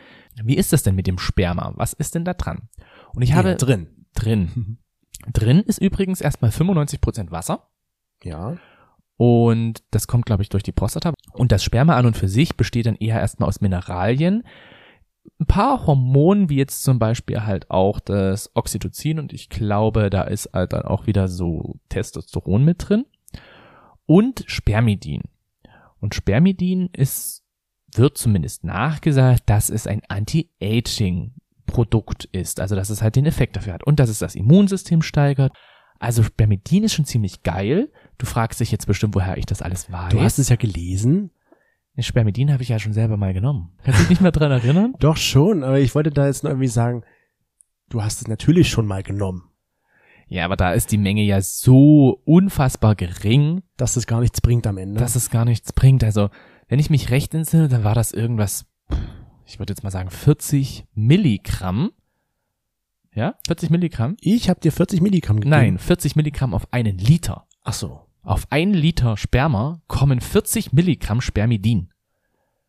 [SPEAKER 2] Wie ist das denn mit dem Sperma? Was ist denn da dran? Und ich habe
[SPEAKER 1] drin.
[SPEAKER 2] drin. Drin ist übrigens erstmal 95% Wasser
[SPEAKER 1] Ja.
[SPEAKER 2] und das kommt, glaube ich, durch die Prostata. Und das Sperma an und für sich besteht dann eher erstmal aus Mineralien, ein paar Hormonen, wie jetzt zum Beispiel halt auch das Oxytocin und ich glaube, da ist halt dann auch wieder so Testosteron mit drin und Spermidin. Und Spermidin ist, wird zumindest nachgesagt, dass es ein Anti-Aging Produkt ist. Also, dass es halt den Effekt dafür hat. Und dass es das Immunsystem steigert. Also, Spermidin ist schon ziemlich geil. Du fragst dich jetzt bestimmt, woher ich das alles weiß.
[SPEAKER 1] Du hast es ja gelesen.
[SPEAKER 2] Spermidin habe ich ja schon selber mal genommen. Kannst du dich nicht mehr dran erinnern?
[SPEAKER 1] Doch schon, aber ich wollte da jetzt nur irgendwie sagen, du hast es natürlich schon mal genommen,
[SPEAKER 2] Ja, aber da ist die Menge ja so unfassbar gering,
[SPEAKER 1] dass es gar nichts bringt am Ende.
[SPEAKER 2] dass es gar nichts bringt. Also, wenn ich mich recht entsinne, dann war das irgendwas, pff, ich würde jetzt mal sagen, 40 Milligramm. Ja, 40 Milligramm?
[SPEAKER 1] ich habe dir 40 Milligramm gegeben.
[SPEAKER 2] Nein, 40 Milligramm auf einen Liter.
[SPEAKER 1] Ach so.
[SPEAKER 2] Auf ein Liter Sperma kommen 40 Milligramm Spermidin.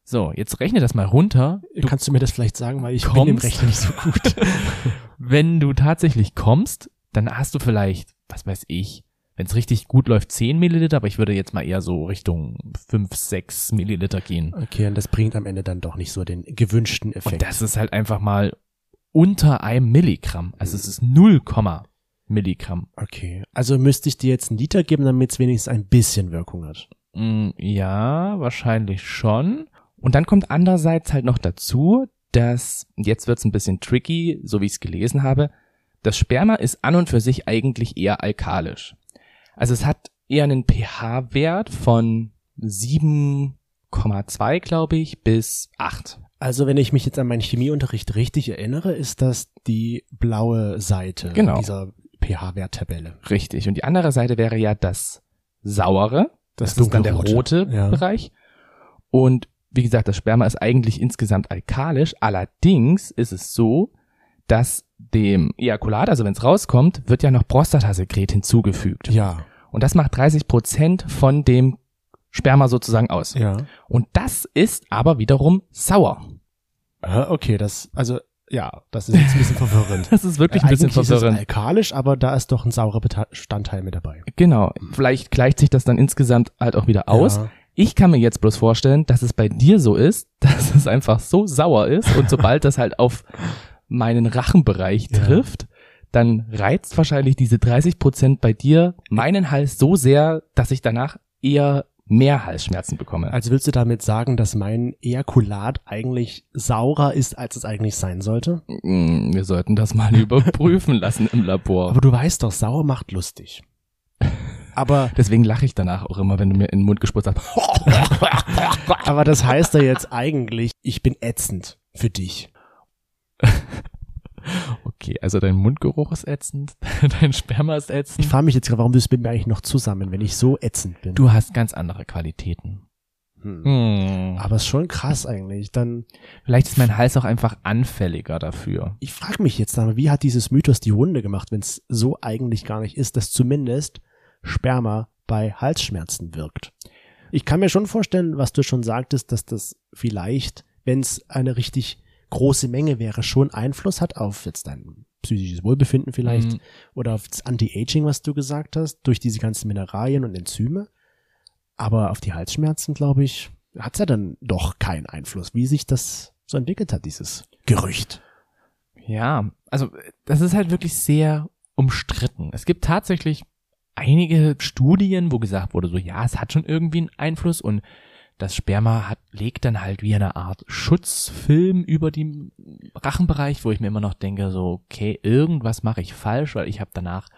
[SPEAKER 2] So, jetzt rechne das mal runter. Du,
[SPEAKER 1] Kannst du mir das vielleicht sagen, weil ich bin im
[SPEAKER 2] kommst-
[SPEAKER 1] Rechnen nicht so gut.
[SPEAKER 2] wenn du tatsächlich kommst, dann hast du vielleicht, was weiß ich, wenn es richtig gut läuft, 10 Milliliter, aber ich würde jetzt mal eher so Richtung 5, 6 Milliliter gehen.
[SPEAKER 1] okay, und das bringt am Ende dann doch nicht so den gewünschten Effekt.
[SPEAKER 2] Und das ist halt einfach mal unter einem Milligramm. Also es ist 0, Milligramm.
[SPEAKER 1] okay, also müsste ich dir jetzt einen Liter geben, damit es wenigstens ein bisschen Wirkung hat.
[SPEAKER 2] Mm, Ja, wahrscheinlich schon. Und dann kommt andererseits halt noch dazu, dass, jetzt wird's ein bisschen tricky, so wie ich es gelesen habe, das Sperma ist an und für sich eigentlich eher alkalisch. Also es hat eher einen pH-Wert von 7,2, glaube ich, bis 8.
[SPEAKER 1] Also wenn ich mich jetzt an meinen Chemieunterricht richtig erinnere, ist das die blaue Seite
[SPEAKER 2] Genau.
[SPEAKER 1] dieser pH-Wert-Tabelle.
[SPEAKER 2] Richtig. Und die andere Seite wäre ja das saure. Das, ist dann der
[SPEAKER 1] dunkelrote.
[SPEAKER 2] rote
[SPEAKER 1] Ja.
[SPEAKER 2] Bereich. Und wie gesagt, das Sperma ist eigentlich insgesamt alkalisch. Allerdings ist es so, dass dem Ejakulat, also wenn es rauskommt, wird ja noch Prostatasekret hinzugefügt.
[SPEAKER 1] Ja,
[SPEAKER 2] Und das macht 30 Prozent von dem Sperma sozusagen aus.
[SPEAKER 1] ja.
[SPEAKER 2] Und das ist aber wiederum sauer.
[SPEAKER 1] Äh, Okay, das, also ja, das ist jetzt ein bisschen verwirrend.
[SPEAKER 2] Das ist wirklich ein
[SPEAKER 1] Äh, Eigentlich
[SPEAKER 2] bisschen
[SPEAKER 1] ist es
[SPEAKER 2] verwirrend.
[SPEAKER 1] alkalisch, aber da ist doch ein saurer Beta- Bestandteil mit dabei.
[SPEAKER 2] Genau. Vielleicht gleicht sich das dann insgesamt halt auch wieder aus.
[SPEAKER 1] Ja.
[SPEAKER 2] Ich kann mir jetzt bloß vorstellen, dass es bei dir so ist, dass es einfach so sauer ist und sobald das halt auf meinen Rachenbereich
[SPEAKER 1] Ja.
[SPEAKER 2] trifft, dann reizt wahrscheinlich diese 30 Prozent bei dir meinen Hals so sehr, dass ich danach eher mehr Halsschmerzen bekomme.
[SPEAKER 1] Also willst du damit sagen, dass mein Ejakulat eigentlich saurer ist, als es eigentlich sein sollte?
[SPEAKER 2] Mm, Wir sollten das mal überprüfen lassen im Labor.
[SPEAKER 1] Aber du weißt doch, sauer macht lustig. Aber,
[SPEAKER 2] Deswegen lache ich danach auch immer, wenn du mir in den Mund gespritzt hast.
[SPEAKER 1] aber das heißt ja jetzt eigentlich, ich bin ätzend für dich.
[SPEAKER 2] Okay, also dein Mundgeruch ist ätzend, dein Sperma ist
[SPEAKER 1] Ich
[SPEAKER 2] ätzend.
[SPEAKER 1] frage mich jetzt gerade, warum bist du mit mir eigentlich noch zusammen, wenn ich so ätzend bin?
[SPEAKER 2] Du hast ganz andere Qualitäten.
[SPEAKER 1] Hm.
[SPEAKER 2] Hm.
[SPEAKER 1] Aber ist schon krass eigentlich. Dann,
[SPEAKER 2] Vielleicht ist mein Hals auch einfach anfälliger dafür.
[SPEAKER 1] ich frage mich jetzt dann, wie hat dieses Mythos die Runde gemacht, wenn es so eigentlich gar nicht ist, dass zumindest Sperma bei Halsschmerzen wirkt. Ich kann mir schon vorstellen, was du schon sagtest, dass das vielleicht, wenn es eine richtig große Menge wäre, schon Einfluss hat auf jetzt dein psychisches Wohlbefinden vielleicht
[SPEAKER 2] Mhm.
[SPEAKER 1] oder auf das Anti-Aging, was du gesagt hast, durch diese ganzen Mineralien und Enzyme. Aber auf die Halsschmerzen, glaube ich, hat's ja dann doch keinen Einfluss, wie sich das so entwickelt hat, dieses Gerücht.
[SPEAKER 2] Ja, also das ist halt wirklich sehr umstritten. Es gibt tatsächlich einige Studien, wo gesagt wurde, so ja, es hat schon irgendwie einen Einfluss und das Sperma hat, legt dann halt wie eine Art Schutzfilm über den Rachenbereich, wo ich mir immer noch denke, so okay, irgendwas mache ich falsch, weil ich habe danach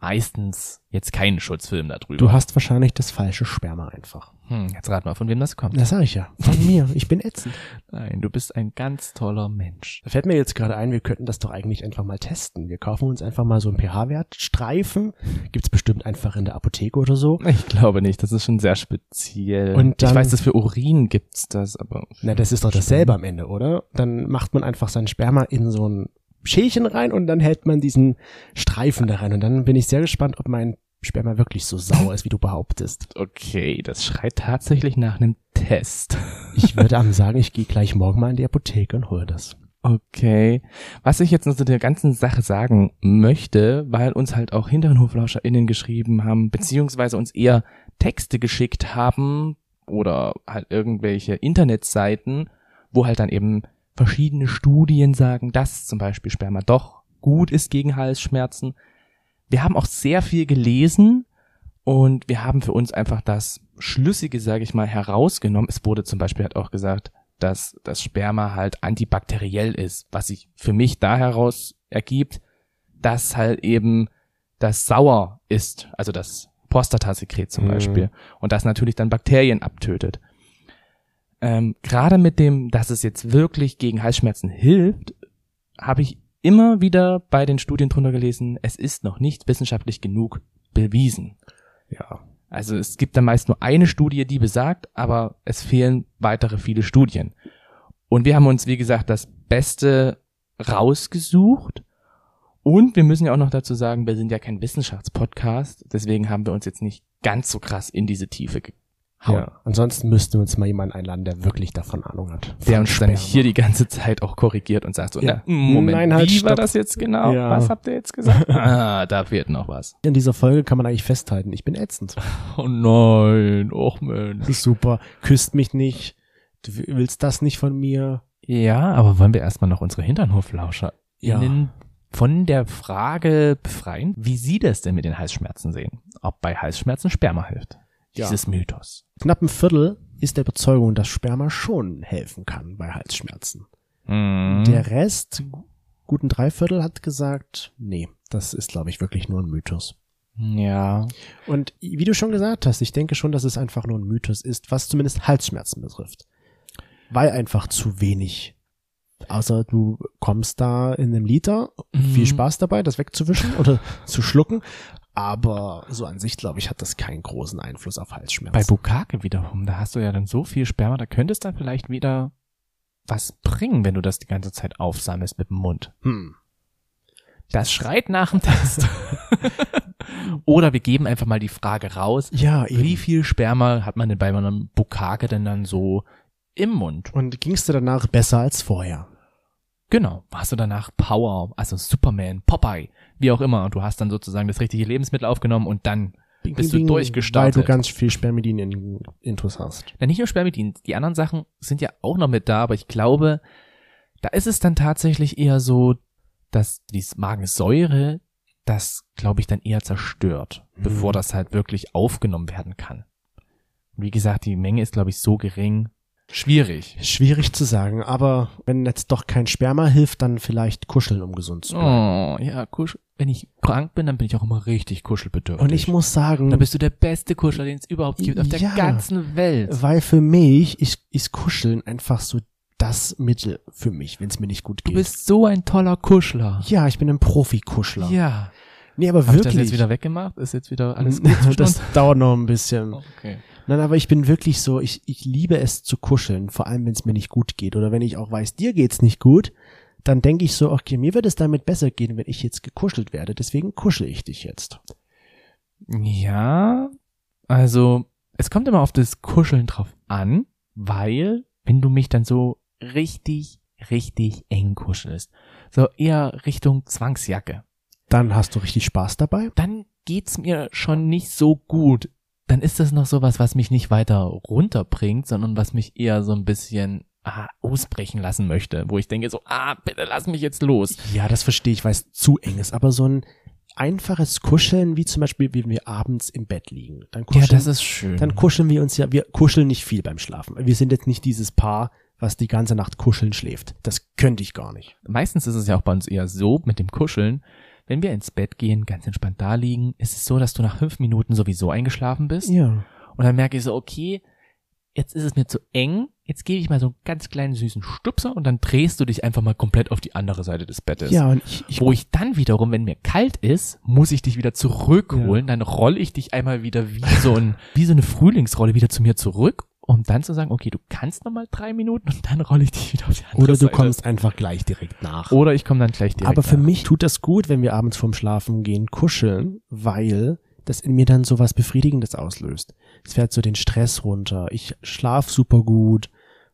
[SPEAKER 2] meistens jetzt keinen Schutzfilm darüber.
[SPEAKER 1] Du hast wahrscheinlich das falsche Sperma einfach.
[SPEAKER 2] hm, jetzt rat mal, von wem das kommt.
[SPEAKER 1] Das sage ich ja. Von mir. Ich bin ätzend.
[SPEAKER 2] Nein, du bist ein ganz toller Mensch.
[SPEAKER 1] Da fällt mir jetzt gerade ein, wir könnten das doch eigentlich einfach mal testen. Wir kaufen uns einfach mal so einen pH-Wert-Streifen. Gibt's bestimmt einfach in der Apotheke oder so.
[SPEAKER 2] Ich glaube nicht, das ist schon sehr speziell.
[SPEAKER 1] Und dann-
[SPEAKER 2] ich weiß, dass für Urin gibt's das, aber
[SPEAKER 1] Na, das ist doch dasselbe am Ende, oder? Dann macht man einfach sein Sperma in so ein Schälchen rein und dann hält man diesen Streifen da rein. Und dann bin ich sehr gespannt, ob mein Sperma wirklich so sauer ist, wie du behauptest.
[SPEAKER 2] okay, das schreit tatsächlich nach einem Test.
[SPEAKER 1] Ich würde am sagen, ich gehe gleich morgen mal in die Apotheke und hole das.
[SPEAKER 2] Okay. Was ich jetzt noch zu der ganzen Sache sagen möchte, weil uns halt auch HinternhoflauscherInnen geschrieben haben, beziehungsweise uns eher Texte geschickt haben oder halt irgendwelche Internetseiten, wo halt dann eben verschiedene Studien sagen, dass zum Beispiel Sperma doch gut ist gegen Halsschmerzen. Wir haben auch sehr viel gelesen und wir haben für uns einfach das Schlüssige, sage ich mal, herausgenommen. Es wurde zum Beispiel halt auch gesagt, dass das Sperma halt antibakteriell ist, was sich für mich da heraus ergibt, dass halt eben das sauer ist, also das Prostatasekret zum
[SPEAKER 1] Mhm.
[SPEAKER 2] Beispiel, und das natürlich dann Bakterien abtötet. Ähm, Gerade mit dem, dass es jetzt wirklich gegen Halsschmerzen hilft, habe ich immer wieder bei den Studien drunter gelesen, es ist noch nicht wissenschaftlich genug bewiesen.
[SPEAKER 1] Ja.
[SPEAKER 2] Also es gibt dann meist nur eine Studie, die besagt, aber es fehlen weitere viele Studien. Und wir haben uns, wie gesagt, das Beste rausgesucht. Und wir müssen ja auch noch dazu sagen, wir sind ja kein Wissenschaftspodcast, deswegen haben wir uns jetzt nicht ganz so krass in diese Tiefe gehauen.
[SPEAKER 1] ja. Ansonsten müssten wir uns mal jemanden einladen, der wirklich davon Ahnung hat. Von
[SPEAKER 2] Der uns dann
[SPEAKER 1] Sperma.
[SPEAKER 2] hier die ganze Zeit auch korrigiert und sagt so,
[SPEAKER 1] Ja.
[SPEAKER 2] na, Moment,
[SPEAKER 1] Nein, halt,
[SPEAKER 2] wie war
[SPEAKER 1] stopp.
[SPEAKER 2] das jetzt genau?
[SPEAKER 1] Ja.
[SPEAKER 2] Was habt ihr jetzt gesagt? ah, da fehlt noch was.
[SPEAKER 1] In dieser Folge kann man eigentlich festhalten, ich bin ätzend.
[SPEAKER 2] Oh nein, och Mensch.
[SPEAKER 1] Super, küsst mich nicht, du willst das nicht von mir.
[SPEAKER 2] Ja, aber wollen wir erstmal noch unsere Hinternhoflauscher innen von der Frage befreien, wie sie das denn mit den Halsschmerzen sehen. Ob bei Halsschmerzen Sperma hilft.
[SPEAKER 1] Ja.
[SPEAKER 2] Dieses Mythos.
[SPEAKER 1] Knapp ein Viertel ist der Überzeugung, dass Sperma schon helfen kann bei Halsschmerzen.
[SPEAKER 2] Mhm.
[SPEAKER 1] Der Rest, gu- guten Dreiviertel, hat gesagt, nee, das ist, glaube ich, wirklich nur ein Mythos.
[SPEAKER 2] ja.
[SPEAKER 1] Und wie du schon gesagt hast, ich denke schon, dass es einfach nur ein Mythos ist, was zumindest Halsschmerzen betrifft. Weil einfach zu wenig. Außer du kommst da in einem Liter, viel
[SPEAKER 2] Mhm.
[SPEAKER 1] Spaß dabei, das wegzuwischen oder zu schlucken. Aber so an sich, glaube ich, hat das keinen großen Einfluss auf
[SPEAKER 2] Bei
[SPEAKER 1] Halsschmerzen.
[SPEAKER 2] Bukake wiederum, da hast du ja dann so viel Sperma, da könntest dann vielleicht wieder was bringen, wenn du das die ganze Zeit aufsammelst mit dem Mund.
[SPEAKER 1] hm.
[SPEAKER 2] Das schreit nach dem Test. Oder wir geben einfach mal die Frage raus,
[SPEAKER 1] Ja, eben.
[SPEAKER 2] wie viel Sperma hat man denn bei einer Bukake denn dann so im Mund?
[SPEAKER 1] Und gingst du danach besser als vorher?
[SPEAKER 2] Genau, hast du danach Power, also Superman, Popeye, wie auch immer. Und du hast dann sozusagen das richtige Lebensmittel aufgenommen und dann,
[SPEAKER 1] Bing,
[SPEAKER 2] Bist du durchgestartet?
[SPEAKER 1] Weil du ganz viel Spermidin in Intros hast.
[SPEAKER 2] na nicht nur Spermidin, die anderen Sachen sind ja auch noch mit da, aber ich glaube, da ist es dann tatsächlich eher so, dass die Magensäure das, glaube ich, dann eher zerstört,
[SPEAKER 1] Hm.
[SPEAKER 2] bevor das halt wirklich aufgenommen werden kann. Wie gesagt, die Menge ist, glaube ich, so gering. Schwierig.
[SPEAKER 1] Schwierig zu sagen, aber wenn jetzt doch kein Sperma hilft, dann vielleicht kuscheln, um gesund zu bleiben.
[SPEAKER 2] Oh, ja, kusch. Wenn ich krank bin, dann bin ich auch immer richtig kuschelbedürftig.
[SPEAKER 1] Und ich muss sagen,
[SPEAKER 2] Oh, Da bist du der beste Kuschler, den es überhaupt gibt auf der
[SPEAKER 1] Ja.
[SPEAKER 2] ganzen Welt.
[SPEAKER 1] weil für mich ist, ist Kuscheln einfach so das Mittel für mich, wenn es mir nicht gut
[SPEAKER 2] Du
[SPEAKER 1] geht.
[SPEAKER 2] bist so ein toller Kuschler.
[SPEAKER 1] ja, ich bin ein Profi-Kuschler.
[SPEAKER 2] Ja.
[SPEAKER 1] Nee, aber
[SPEAKER 2] Hab ich das
[SPEAKER 1] wirklich.
[SPEAKER 2] jetzt wieder weggemacht? Ist jetzt wieder alles gut? Oh. zwischen
[SPEAKER 1] das
[SPEAKER 2] uns?
[SPEAKER 1] dauert noch ein bisschen.
[SPEAKER 2] okay.
[SPEAKER 1] Nein, aber ich bin wirklich so, ich, ich liebe es zu kuscheln, vor allem wenn es mir nicht gut geht. Oder wenn ich auch weiß, dir geht's nicht gut, dann denke ich so, okay, mir wird es damit besser gehen, wenn ich jetzt gekuschelt werde. Deswegen kuschel ich dich jetzt.
[SPEAKER 2] Ja. Also, es kommt immer auf das Kuscheln drauf an, weil, wenn du mich dann so richtig, richtig eng kuschelst, so eher Richtung Zwangsjacke,
[SPEAKER 1] Dann hast du richtig Spaß dabei.
[SPEAKER 2] dann geht's mir schon nicht so gut. Dann ist das noch sowas, was mich nicht weiter runterbringt, sondern was mich eher so ein bisschen ah, ausbrechen lassen möchte, wo ich denke so, ah, bitte lass mich jetzt los.
[SPEAKER 1] Ja, das verstehe ich, weil es zu eng ist. Aber so ein einfaches Kuscheln, wie zum Beispiel, wenn wir abends im Bett liegen. Dann kuscheln,
[SPEAKER 2] ist schön.
[SPEAKER 1] dann kuscheln wir uns ja, wir kuscheln nicht viel beim Schlafen. Wir sind jetzt nicht dieses Paar, was die ganze Nacht kuscheln schläft. Das könnte ich gar nicht.
[SPEAKER 2] Meistens ist es ja auch bei uns eher so mit dem Kuscheln. Wenn wir ins Bett gehen, ganz entspannt da liegen, ist es so, dass du nach fünf Minuten sowieso eingeschlafen bist.
[SPEAKER 1] Ja.
[SPEAKER 2] Und dann merke ich so, okay, jetzt ist es mir zu eng, jetzt gebe ich mal so einen ganz kleinen süßen Stupser und dann drehst du dich einfach mal komplett auf die andere Seite des Bettes.
[SPEAKER 1] Ja, und ich, ich
[SPEAKER 2] wo ich dann wiederum, wenn mir kalt ist, muss ich dich wieder zurückholen, dann rolle ich dich einmal wieder wie so, ein, wie so eine Frühlingsrolle wieder zu mir zurück, um dann zu sagen, okay, du kannst nochmal drei Minuten und dann rolle ich dich wieder auf die andere
[SPEAKER 1] Oder du
[SPEAKER 2] Seite.
[SPEAKER 1] kommst einfach gleich direkt nach.
[SPEAKER 2] Oder ich komme dann gleich direkt.
[SPEAKER 1] Aber für
[SPEAKER 2] nach.
[SPEAKER 1] mich tut das gut, wenn wir abends vorm Schlafen gehen kuscheln, weil das in mir dann so was Befriedigendes auslöst. Es fährt so den Stress runter. Ich schlaf super gut.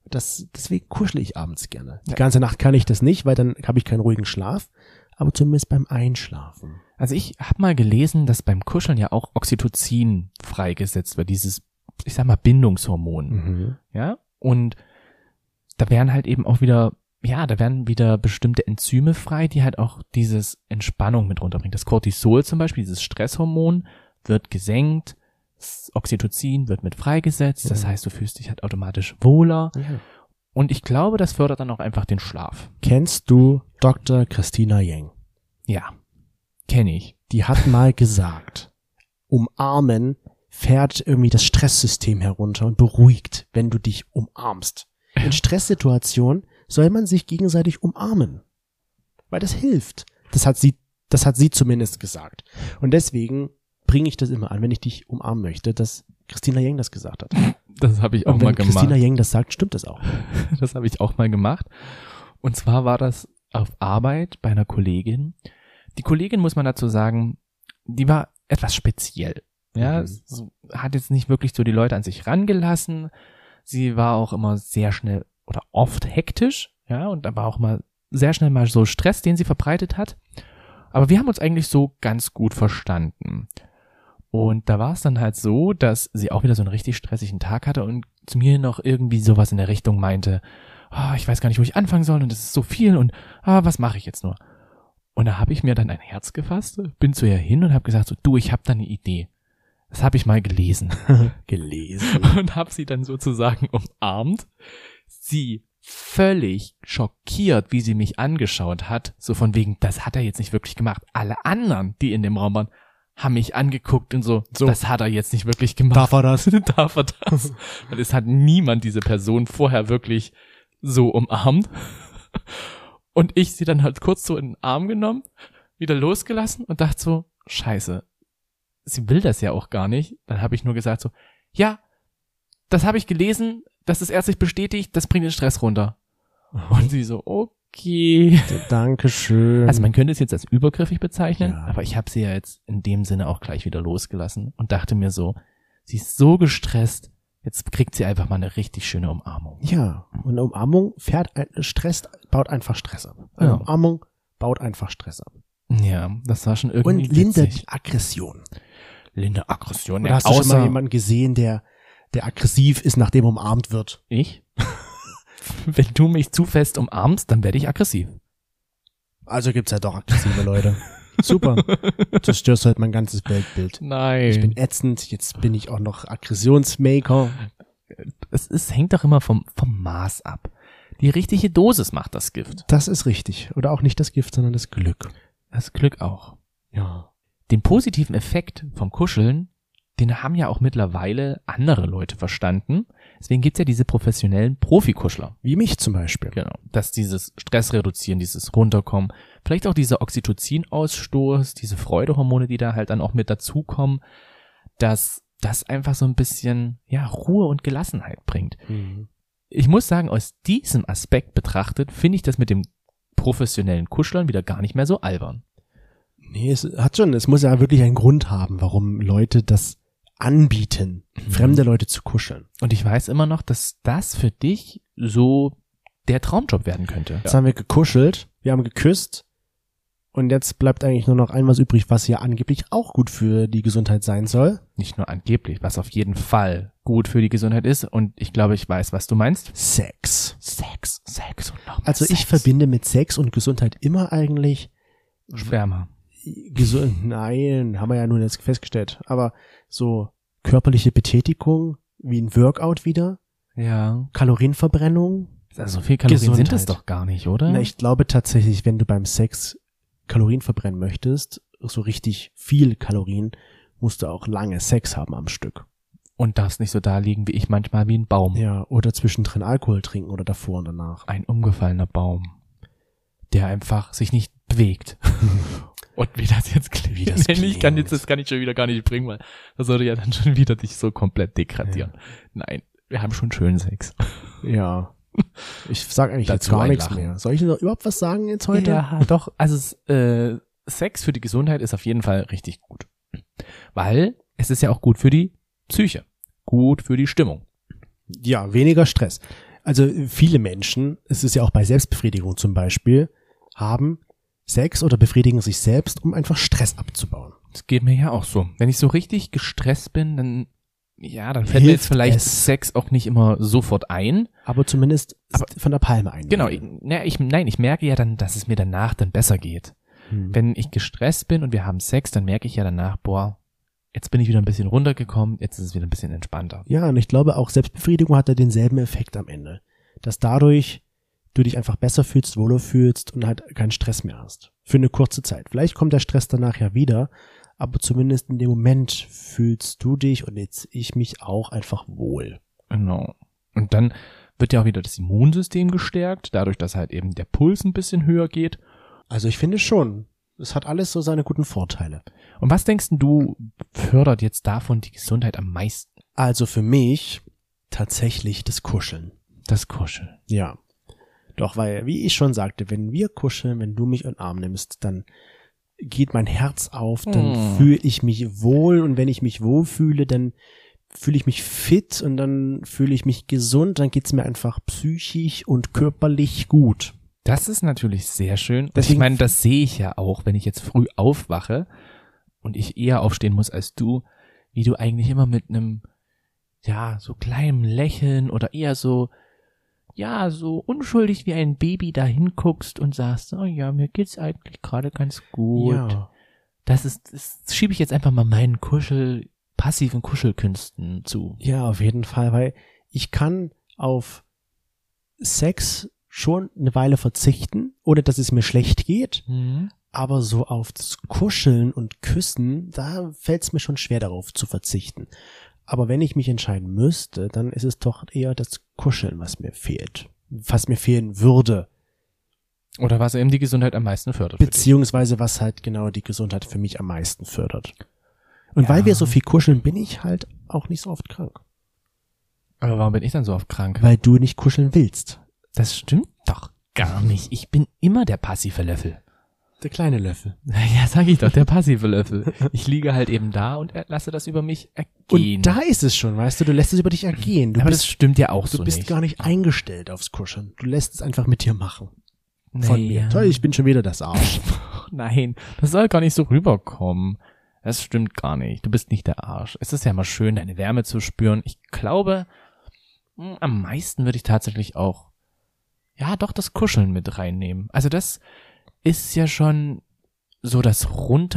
[SPEAKER 1] das, deswegen kuschle ich abends gerne. Die ganze Nacht kann ich das nicht, weil dann habe ich keinen ruhigen Schlaf, aber zumindest beim Einschlafen.
[SPEAKER 2] Also ich habe mal gelesen, dass beim Kuscheln ja auch Oxytocin freigesetzt wird, dieses, ich sag mal, Bindungshormon.
[SPEAKER 1] Mhm.
[SPEAKER 2] Ja. Und da wären halt eben auch wieder, ja, da wären wieder bestimmte Enzyme frei, die halt auch dieses Entspannung mit runterbringen. Das Cortisol zum Beispiel, dieses Stresshormon, wird gesenkt, das Oxytocin wird mit freigesetzt, das
[SPEAKER 1] Ja.
[SPEAKER 2] heißt, du fühlst dich halt automatisch wohler.
[SPEAKER 1] Ja.
[SPEAKER 2] Und ich glaube, das fördert dann auch einfach den Schlaf.
[SPEAKER 1] Kennst du Dr. Christina Yang?
[SPEAKER 2] Ja. Kenne ich.
[SPEAKER 1] Die hat mal gesagt, umarmen fährt irgendwie das Stresssystem herunter und beruhigt, wenn du dich umarmst. In Stresssituationen soll man sich gegenseitig umarmen. Weil das hilft. Das hat sie, das hat sie zumindest gesagt. Und deswegen bringe ich das immer an, wenn ich dich umarmen möchte, dass Christina Yang das gesagt hat.
[SPEAKER 2] Das habe ich auch
[SPEAKER 1] Und
[SPEAKER 2] mal
[SPEAKER 1] wenn
[SPEAKER 2] gemacht.
[SPEAKER 1] Christina Yang das sagt, stimmt das auch.
[SPEAKER 2] Das habe ich auch mal gemacht. Und zwar war das auf Arbeit bei einer Kollegin. Die Kollegin, muss man dazu sagen, die war etwas speziell. Ja,
[SPEAKER 1] Mhm.
[SPEAKER 2] so, hat jetzt nicht wirklich so die Leute an sich rangelassen. Sie war auch immer sehr schnell oder oft hektisch. Ja, und da war auch mal sehr schnell mal so Stress, den sie verbreitet hat. Aber wir haben uns eigentlich so ganz gut verstanden. Und da war es dann halt so, dass sie auch wieder so einen richtig stressigen Tag hatte und zu mir noch irgendwie sowas in der Richtung meinte, ah, ich weiß gar nicht, wo ich anfangen soll und es ist so viel und ah, was mache ich jetzt nur? Und da habe ich mir dann ein Herz gefasst, bin zu ihr hin und habe gesagt, so, du, ich habe da eine Idee. Das habe ich mal gelesen
[SPEAKER 1] Gelesen.
[SPEAKER 2] und habe sie dann sozusagen umarmt. Sie völlig schockiert, wie sie mich angeschaut hat, so von wegen, das hat er jetzt nicht wirklich gemacht. Alle anderen, die in dem Raum waren, haben mich angeguckt und so,
[SPEAKER 1] So.
[SPEAKER 2] das hat er jetzt nicht wirklich gemacht.
[SPEAKER 1] Darf er das?
[SPEAKER 2] Darf er das? Weil es hat niemand diese Person vorher wirklich so umarmt. Und ich sie dann halt kurz so in den Arm genommen, wieder losgelassen und dachte so, scheiße, sie will das ja auch gar nicht. Dann habe ich nur gesagt so, ja, das habe ich gelesen, das ist ärztlich bestätigt, das bringt den Stress runter. Und sie so, okay.
[SPEAKER 1] Dankeschön.
[SPEAKER 2] Also man könnte es jetzt als übergriffig bezeichnen,
[SPEAKER 1] Ja.
[SPEAKER 2] aber ich habe sie ja jetzt in dem Sinne auch gleich wieder losgelassen und dachte mir so, sie ist so gestresst, jetzt kriegt sie einfach mal eine richtig schöne Umarmung.
[SPEAKER 1] Ja, und eine Umarmung fährt, ein- Stress baut einfach Stress ab. Eine
[SPEAKER 2] Ja.
[SPEAKER 1] Umarmung baut einfach Stress ab.
[SPEAKER 2] Ja, das war schon irgendwie
[SPEAKER 1] Und lindert
[SPEAKER 2] witzig.
[SPEAKER 1] die Aggression.
[SPEAKER 2] Linde Aggression.
[SPEAKER 1] Oder hast du schon mal jemanden gesehen, der, der aggressiv ist, nachdem er umarmt wird?
[SPEAKER 2] ich? Wenn du mich zu fest umarmst, dann werde ich aggressiv.
[SPEAKER 1] Also gibt's ja doch aggressive Leute. Super. Du störst halt mein ganzes Weltbild.
[SPEAKER 2] Nein.
[SPEAKER 1] Ich bin ätzend, jetzt bin ich auch noch Aggressionsmaker.
[SPEAKER 2] es, es hängt doch immer vom, vom Maß ab. Die richtige Dosis macht das Gift.
[SPEAKER 1] Das ist richtig. Oder auch nicht das Gift, sondern das Glück.
[SPEAKER 2] Das Glück auch.
[SPEAKER 1] Ja.
[SPEAKER 2] Den positiven Effekt vom Kuscheln, den haben ja auch mittlerweile andere Leute verstanden. Deswegen gibt's ja diese professionellen Profikuschler.
[SPEAKER 1] Wie mich zum Beispiel.
[SPEAKER 2] Genau. Dass dieses Stress reduzieren, dieses Runterkommen, vielleicht auch dieser Oxytocin-Ausstoß, diese Freudehormone, die da halt dann auch mit dazukommen, dass das einfach so ein bisschen, ja, Ruhe und Gelassenheit bringt.
[SPEAKER 1] Mhm.
[SPEAKER 2] Ich muss sagen, aus diesem Aspekt betrachtet, finde ich das mit dem professionellen Kuscheln wieder gar nicht mehr so albern.
[SPEAKER 1] Nee, es hat schon, es muss ja wirklich einen Grund haben, warum Leute das anbieten, fremde Leute zu kuscheln.
[SPEAKER 2] Und ich weiß immer noch, dass das für dich so der Traumjob werden könnte.
[SPEAKER 1] Jetzt haben wir gekuschelt, wir haben geküsst und jetzt bleibt eigentlich nur noch ein was übrig, was ja angeblich auch gut für die Gesundheit sein soll.
[SPEAKER 2] Nicht nur angeblich, was auf jeden Fall gut für die Gesundheit ist. Und ich glaube, ich weiß, was du meinst.
[SPEAKER 1] Sex.
[SPEAKER 2] Sex, Sex und nochmal
[SPEAKER 1] Also ich
[SPEAKER 2] Sex.
[SPEAKER 1] verbinde mit Sex und Gesundheit immer eigentlich
[SPEAKER 2] Sperma.
[SPEAKER 1] gesund. Nein, haben wir ja nun jetzt festgestellt. Aber so körperliche Betätigung, wie ein Workout wieder,
[SPEAKER 2] Ja.
[SPEAKER 1] Kalorienverbrennung,
[SPEAKER 2] Also so viel Kalorien
[SPEAKER 1] Gesundheit.
[SPEAKER 2] sind es doch gar nicht, oder?
[SPEAKER 1] Na, ich glaube tatsächlich, wenn du beim Sex Kalorien verbrennen möchtest, so richtig viel Kalorien, musst du auch lange Sex haben am Stück.
[SPEAKER 2] Und darfst nicht so da liegen wie ich manchmal wie ein Baum.
[SPEAKER 1] Ja, oder zwischendrin Alkohol trinken oder davor und danach.
[SPEAKER 2] Ein umgefallener Baum, der einfach sich nicht bewegt. Und wie das jetzt klingt.
[SPEAKER 1] Wie das
[SPEAKER 2] Nein, Ich kann
[SPEAKER 1] klingt.
[SPEAKER 2] jetzt, das kann ich schon wieder gar nicht bringen, weil das würde ja dann schon wieder dich so komplett degradieren. Nein, wir haben schon schönen Sex.
[SPEAKER 1] Ja. Ich sag eigentlich jetzt
[SPEAKER 2] Dazu
[SPEAKER 1] gar
[SPEAKER 2] ein
[SPEAKER 1] nichts
[SPEAKER 2] Lachen.
[SPEAKER 1] mehr. Soll ich noch überhaupt was sagen jetzt heute?
[SPEAKER 2] Ja, doch. Also es, äh, Sex für die Gesundheit ist auf jeden Fall richtig gut. Weil es ist ja auch gut für die Psyche. Gut für die Stimmung.
[SPEAKER 1] Ja, weniger Stress. Also viele Menschen, es ist ja auch bei Selbstbefriedigung zum Beispiel, haben Sex oder befriedigen sich selbst, um einfach Stress abzubauen.
[SPEAKER 2] Das geht mir ja auch so. Wenn ich so richtig gestresst bin, dann ja, dann fällt mir jetzt
[SPEAKER 1] Hilft
[SPEAKER 2] vielleicht
[SPEAKER 1] es.
[SPEAKER 2] Sex auch nicht immer sofort ein.
[SPEAKER 1] Aber zumindest
[SPEAKER 2] Aber-
[SPEAKER 1] von der Palme ein.
[SPEAKER 2] Genau, ich, na, ich, nein, ich merke ja dann, dass es mir danach dann besser geht.
[SPEAKER 1] Hm.
[SPEAKER 2] Wenn ich gestresst bin und wir haben Sex, dann merke ich ja danach, boah, jetzt bin ich wieder ein bisschen runtergekommen, jetzt ist es wieder ein bisschen entspannter.
[SPEAKER 1] Ja, und ich glaube auch Selbstbefriedigung hat da denselben Effekt am Ende. Dass dadurch du dich einfach besser fühlst, wohler fühlst und halt keinen Stress mehr hast. Für eine kurze Zeit. Vielleicht kommt der Stress danach ja wieder, aber zumindest in dem Moment fühlst du dich und jetzt ich mich auch einfach wohl.
[SPEAKER 2] Genau. Und dann wird ja auch wieder das Immunsystem gestärkt, dadurch, dass halt eben der Puls ein bisschen höher geht.
[SPEAKER 1] Also ich finde schon, es hat alles so seine guten Vorteile.
[SPEAKER 2] Und was denkst denn du, fördert jetzt davon die Gesundheit am meisten?
[SPEAKER 1] Also für mich tatsächlich das Kuscheln.
[SPEAKER 2] Das Kuscheln.
[SPEAKER 1] Ja. Doch, weil, wie ich schon sagte, wenn wir kuscheln, wenn du mich in den Arm nimmst, dann geht mein Herz auf, dann
[SPEAKER 2] Mm.
[SPEAKER 1] fühle ich mich wohl und wenn ich mich wohl fühle, dann fühle ich mich fit und dann fühle ich mich gesund, dann geht's mir einfach psychisch und körperlich gut.
[SPEAKER 2] Das ist natürlich sehr schön. Und ich
[SPEAKER 1] Deswegen-
[SPEAKER 2] meine, das sehe ich ja auch, wenn ich jetzt früh aufwache und ich eher aufstehen muss als du, wie du eigentlich immer mit einem, ja, so kleinem Lächeln oder eher so, ja, so unschuldig wie ein Baby da hinguckst und sagst, oh ja, mir geht's eigentlich gerade ganz gut.
[SPEAKER 1] Ja.
[SPEAKER 2] Das ist, das schiebe ich jetzt einfach mal meinen Kuschel, passiven Kuschelkünsten zu.
[SPEAKER 1] ja, auf jeden Fall, weil ich kann auf Sex schon eine Weile verzichten, ohne dass es mir schlecht geht. Aber so auf das Kuscheln und Küssen, da fällt es mir schon schwer darauf zu verzichten. Aber wenn ich mich entscheiden müsste, dann ist es doch eher das Kuscheln, was mir fehlt. Was mir fehlen würde.
[SPEAKER 2] Oder was eben die Gesundheit am meisten fördert. für dich.
[SPEAKER 1] Beziehungsweise was halt genau die Gesundheit für mich am meisten fördert. Und weil
[SPEAKER 2] Ja.
[SPEAKER 1] wir so viel kuscheln, bin ich halt auch nicht so oft krank.
[SPEAKER 2] Aber warum bin ich dann so oft krank?
[SPEAKER 1] Weil du nicht kuscheln willst.
[SPEAKER 2] Das stimmt doch gar nicht. Ich bin immer der passive Löffel.
[SPEAKER 1] Der kleine Löffel.
[SPEAKER 2] Ja, sag ich doch, der passive Löffel. Ich liege halt eben da und äh, lasse das über mich
[SPEAKER 1] Und
[SPEAKER 2] ergehen.
[SPEAKER 1] da ist es schon, weißt du, du lässt es über dich ergehen. Du
[SPEAKER 2] Aber das
[SPEAKER 1] bist,
[SPEAKER 2] stimmt ja auch
[SPEAKER 1] du
[SPEAKER 2] so
[SPEAKER 1] bist
[SPEAKER 2] nicht.
[SPEAKER 1] gar nicht eingestellt aufs Kuscheln. Du lässt es einfach mit dir machen. Von
[SPEAKER 2] Naja.
[SPEAKER 1] mir. Toll, ich bin schon wieder das Arsch.
[SPEAKER 2] Nein, das soll gar nicht so rüberkommen. Das stimmt gar nicht. Du bist nicht der Arsch. Es ist ja immer schön, deine Wärme zu spüren. Ich glaube, mh, am meisten würde ich tatsächlich auch, ja, doch das Kuscheln mit reinnehmen. Also das ist ja schon so das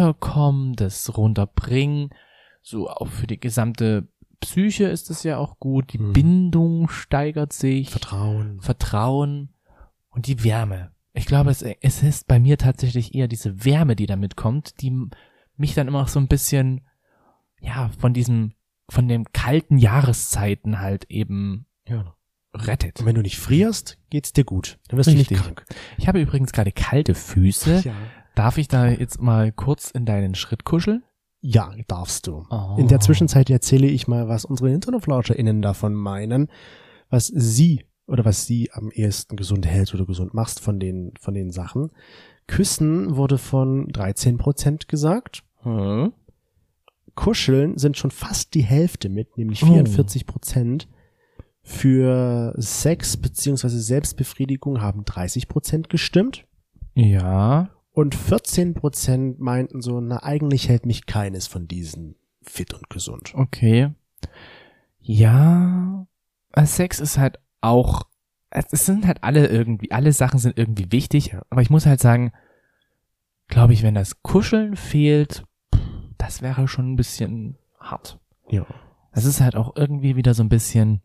[SPEAKER 2] Runterkommen, das Runterbringen, so auch für die gesamte Psyche ist es ja auch gut. Die
[SPEAKER 1] Mhm.
[SPEAKER 2] Bindung steigert sich.
[SPEAKER 1] Vertrauen.
[SPEAKER 2] Vertrauen und die Wärme. Ich glaube, es, es ist bei mir tatsächlich eher diese Wärme, die damit kommt, die m- mich dann immer auch so ein bisschen, ja, von diesem, von den kalten Jahreszeiten halt eben
[SPEAKER 1] Ja.
[SPEAKER 2] rettet.
[SPEAKER 1] Und wenn du nicht frierst, geht's dir gut. Dann wirst du
[SPEAKER 2] Richtig.
[SPEAKER 1] nicht krank.
[SPEAKER 2] Ich habe übrigens gerade kalte Füße.
[SPEAKER 1] Ja.
[SPEAKER 2] Darf ich da jetzt mal kurz in deinen Schritt kuscheln?
[SPEAKER 1] ja, darfst du.
[SPEAKER 2] Oh.
[SPEAKER 1] In der Zwischenzeit erzähle ich mal, was unsere InternetflauscherInnen davon meinen, was sie oder was sie am ehesten gesund hält oder gesund machst von den, von den Sachen. Küssen wurde von 13 Prozent gesagt.
[SPEAKER 2] Hm?
[SPEAKER 1] Kuscheln sind schon fast die Hälfte mit, nämlich
[SPEAKER 2] Oh.
[SPEAKER 1] 44 Prozent. Für Sex beziehungsweise Selbstbefriedigung haben 30 Prozent gestimmt.
[SPEAKER 2] Ja.
[SPEAKER 1] Und 14 Prozent meinten so, na, eigentlich hält mich keines von diesen fit und gesund.
[SPEAKER 2] Okay. Ja. äh, Sex ist halt auch, es es sind halt alle irgendwie, alle Sachen sind irgendwie wichtig, aber ich muss halt sagen, glaube ich, wenn das Kuscheln fehlt, pff, das wäre schon ein bisschen hart.
[SPEAKER 1] Ja.
[SPEAKER 2] Es ist halt auch irgendwie wieder so ein bisschen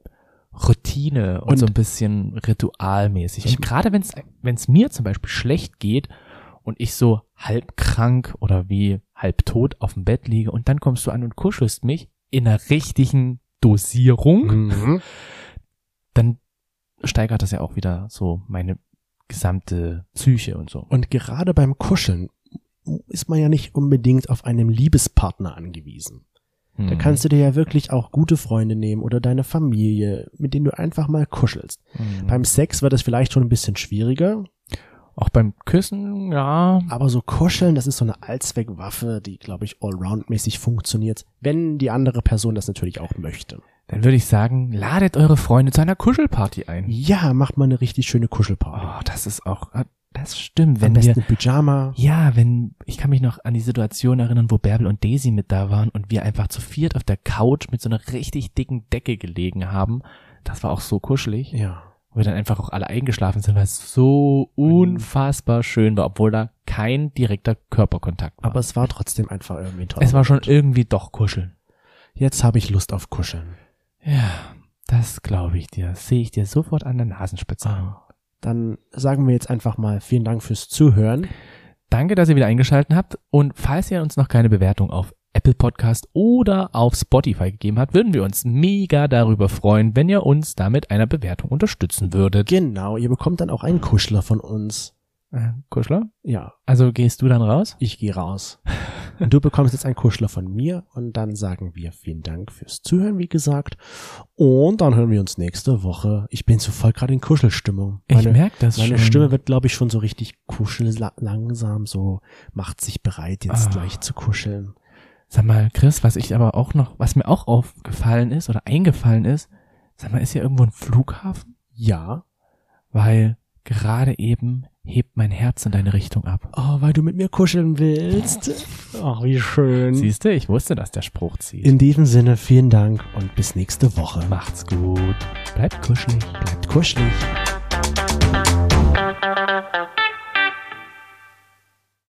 [SPEAKER 2] Routine und,
[SPEAKER 1] Und-
[SPEAKER 2] so ein bisschen ritualmäßig.
[SPEAKER 1] Ich-
[SPEAKER 2] Und gerade wenn es wenn es mir zum Beispiel schlecht geht und ich so halb krank oder wie halb tot auf dem Bett liege und dann kommst du an und kuschelst mich in der richtigen Dosierung,
[SPEAKER 1] Mhm.
[SPEAKER 2] dann steigert das ja auch wieder so meine gesamte Psyche und so.
[SPEAKER 1] Und gerade beim Kuscheln ist man ja nicht unbedingt auf einen Liebespartner angewiesen. Da
[SPEAKER 2] Mhm.
[SPEAKER 1] kannst du dir ja wirklich auch gute Freunde nehmen oder deine Familie, mit denen du einfach mal kuschelst.
[SPEAKER 2] Mhm.
[SPEAKER 1] Beim Sex wird das vielleicht schon ein bisschen schwieriger,
[SPEAKER 2] auch beim Küssen, ja.
[SPEAKER 1] aber so kuscheln, das ist so eine Allzweckwaffe, die, glaube ich, allround-mäßig funktioniert, wenn die andere Person das natürlich auch möchte.
[SPEAKER 2] Dann würde ich sagen, ladet eure Freunde zu einer Kuschelparty ein.
[SPEAKER 1] Ja, macht mal eine richtig schöne Kuschelparty.
[SPEAKER 2] Oh, das ist auch, ah, das stimmt.
[SPEAKER 1] Am
[SPEAKER 2] Wenn wir,
[SPEAKER 1] besten in Pyjama.
[SPEAKER 2] ja, wenn, ich kann mich noch an die Situation erinnern, wo Bärbel und Daisy mit da waren und wir einfach zu viert auf der Couch mit so einer richtig dicken Decke gelegen haben. Das war auch so kuschelig.
[SPEAKER 1] Ja.
[SPEAKER 2] wo wir dann einfach auch alle eingeschlafen sind, weil es so unfassbar schön war, obwohl da kein direkter Körperkontakt war.
[SPEAKER 1] Aber es war trotzdem einfach irgendwie toll.
[SPEAKER 2] es war schon irgendwie doch kuscheln.
[SPEAKER 1] Jetzt habe ich Lust auf Kuscheln.
[SPEAKER 2] Ja, das glaube ich dir. Sehe ich dir sofort an der Nasenspitze. an.
[SPEAKER 1] Dann sagen wir jetzt einfach mal vielen Dank fürs Zuhören.
[SPEAKER 2] Danke, dass ihr wieder eingeschaltet habt und falls ihr uns noch keine Bewertung auf Apple Podcast oder auf Spotify gegeben habt, würden wir uns mega darüber freuen, wenn ihr uns damit einer Bewertung unterstützen würdet.
[SPEAKER 1] Genau, ihr bekommt dann auch einen Kuschler von uns.
[SPEAKER 2] Äh, Kuschler?
[SPEAKER 1] Ja,
[SPEAKER 2] Also gehst du dann raus?
[SPEAKER 1] ich gehe raus. Und du bekommst jetzt einen Kuschler von mir und dann sagen wir vielen Dank fürs Zuhören, wie gesagt. Und dann hören wir uns nächste Woche. Ich bin so voll gerade in Kuschelstimmung.
[SPEAKER 2] ich merke das
[SPEAKER 1] Meine
[SPEAKER 2] schon.
[SPEAKER 1] Stimme wird, glaube ich, schon so richtig kuschel la- langsam, so macht sich bereit, jetzt
[SPEAKER 2] Ah.
[SPEAKER 1] gleich zu kuscheln.
[SPEAKER 2] Sag mal, Chris, was ich aber auch noch, was mir auch aufgefallen ist oder eingefallen ist, sag mal, ist hier irgendwo ein Flughafen?
[SPEAKER 1] Ja.
[SPEAKER 2] Weil gerade eben hebt mein Herz in deine Richtung ab.
[SPEAKER 1] Oh, weil du mit mir kuscheln willst.
[SPEAKER 2] Oh,
[SPEAKER 1] Ach, wie schön.
[SPEAKER 2] Siehst du, ich wusste, dass der Spruch zieht.
[SPEAKER 1] In diesem Sinne, vielen Dank und bis nächste Woche.
[SPEAKER 2] Macht's gut. Bleibt kuschelig.
[SPEAKER 1] Bleibt kuschelig.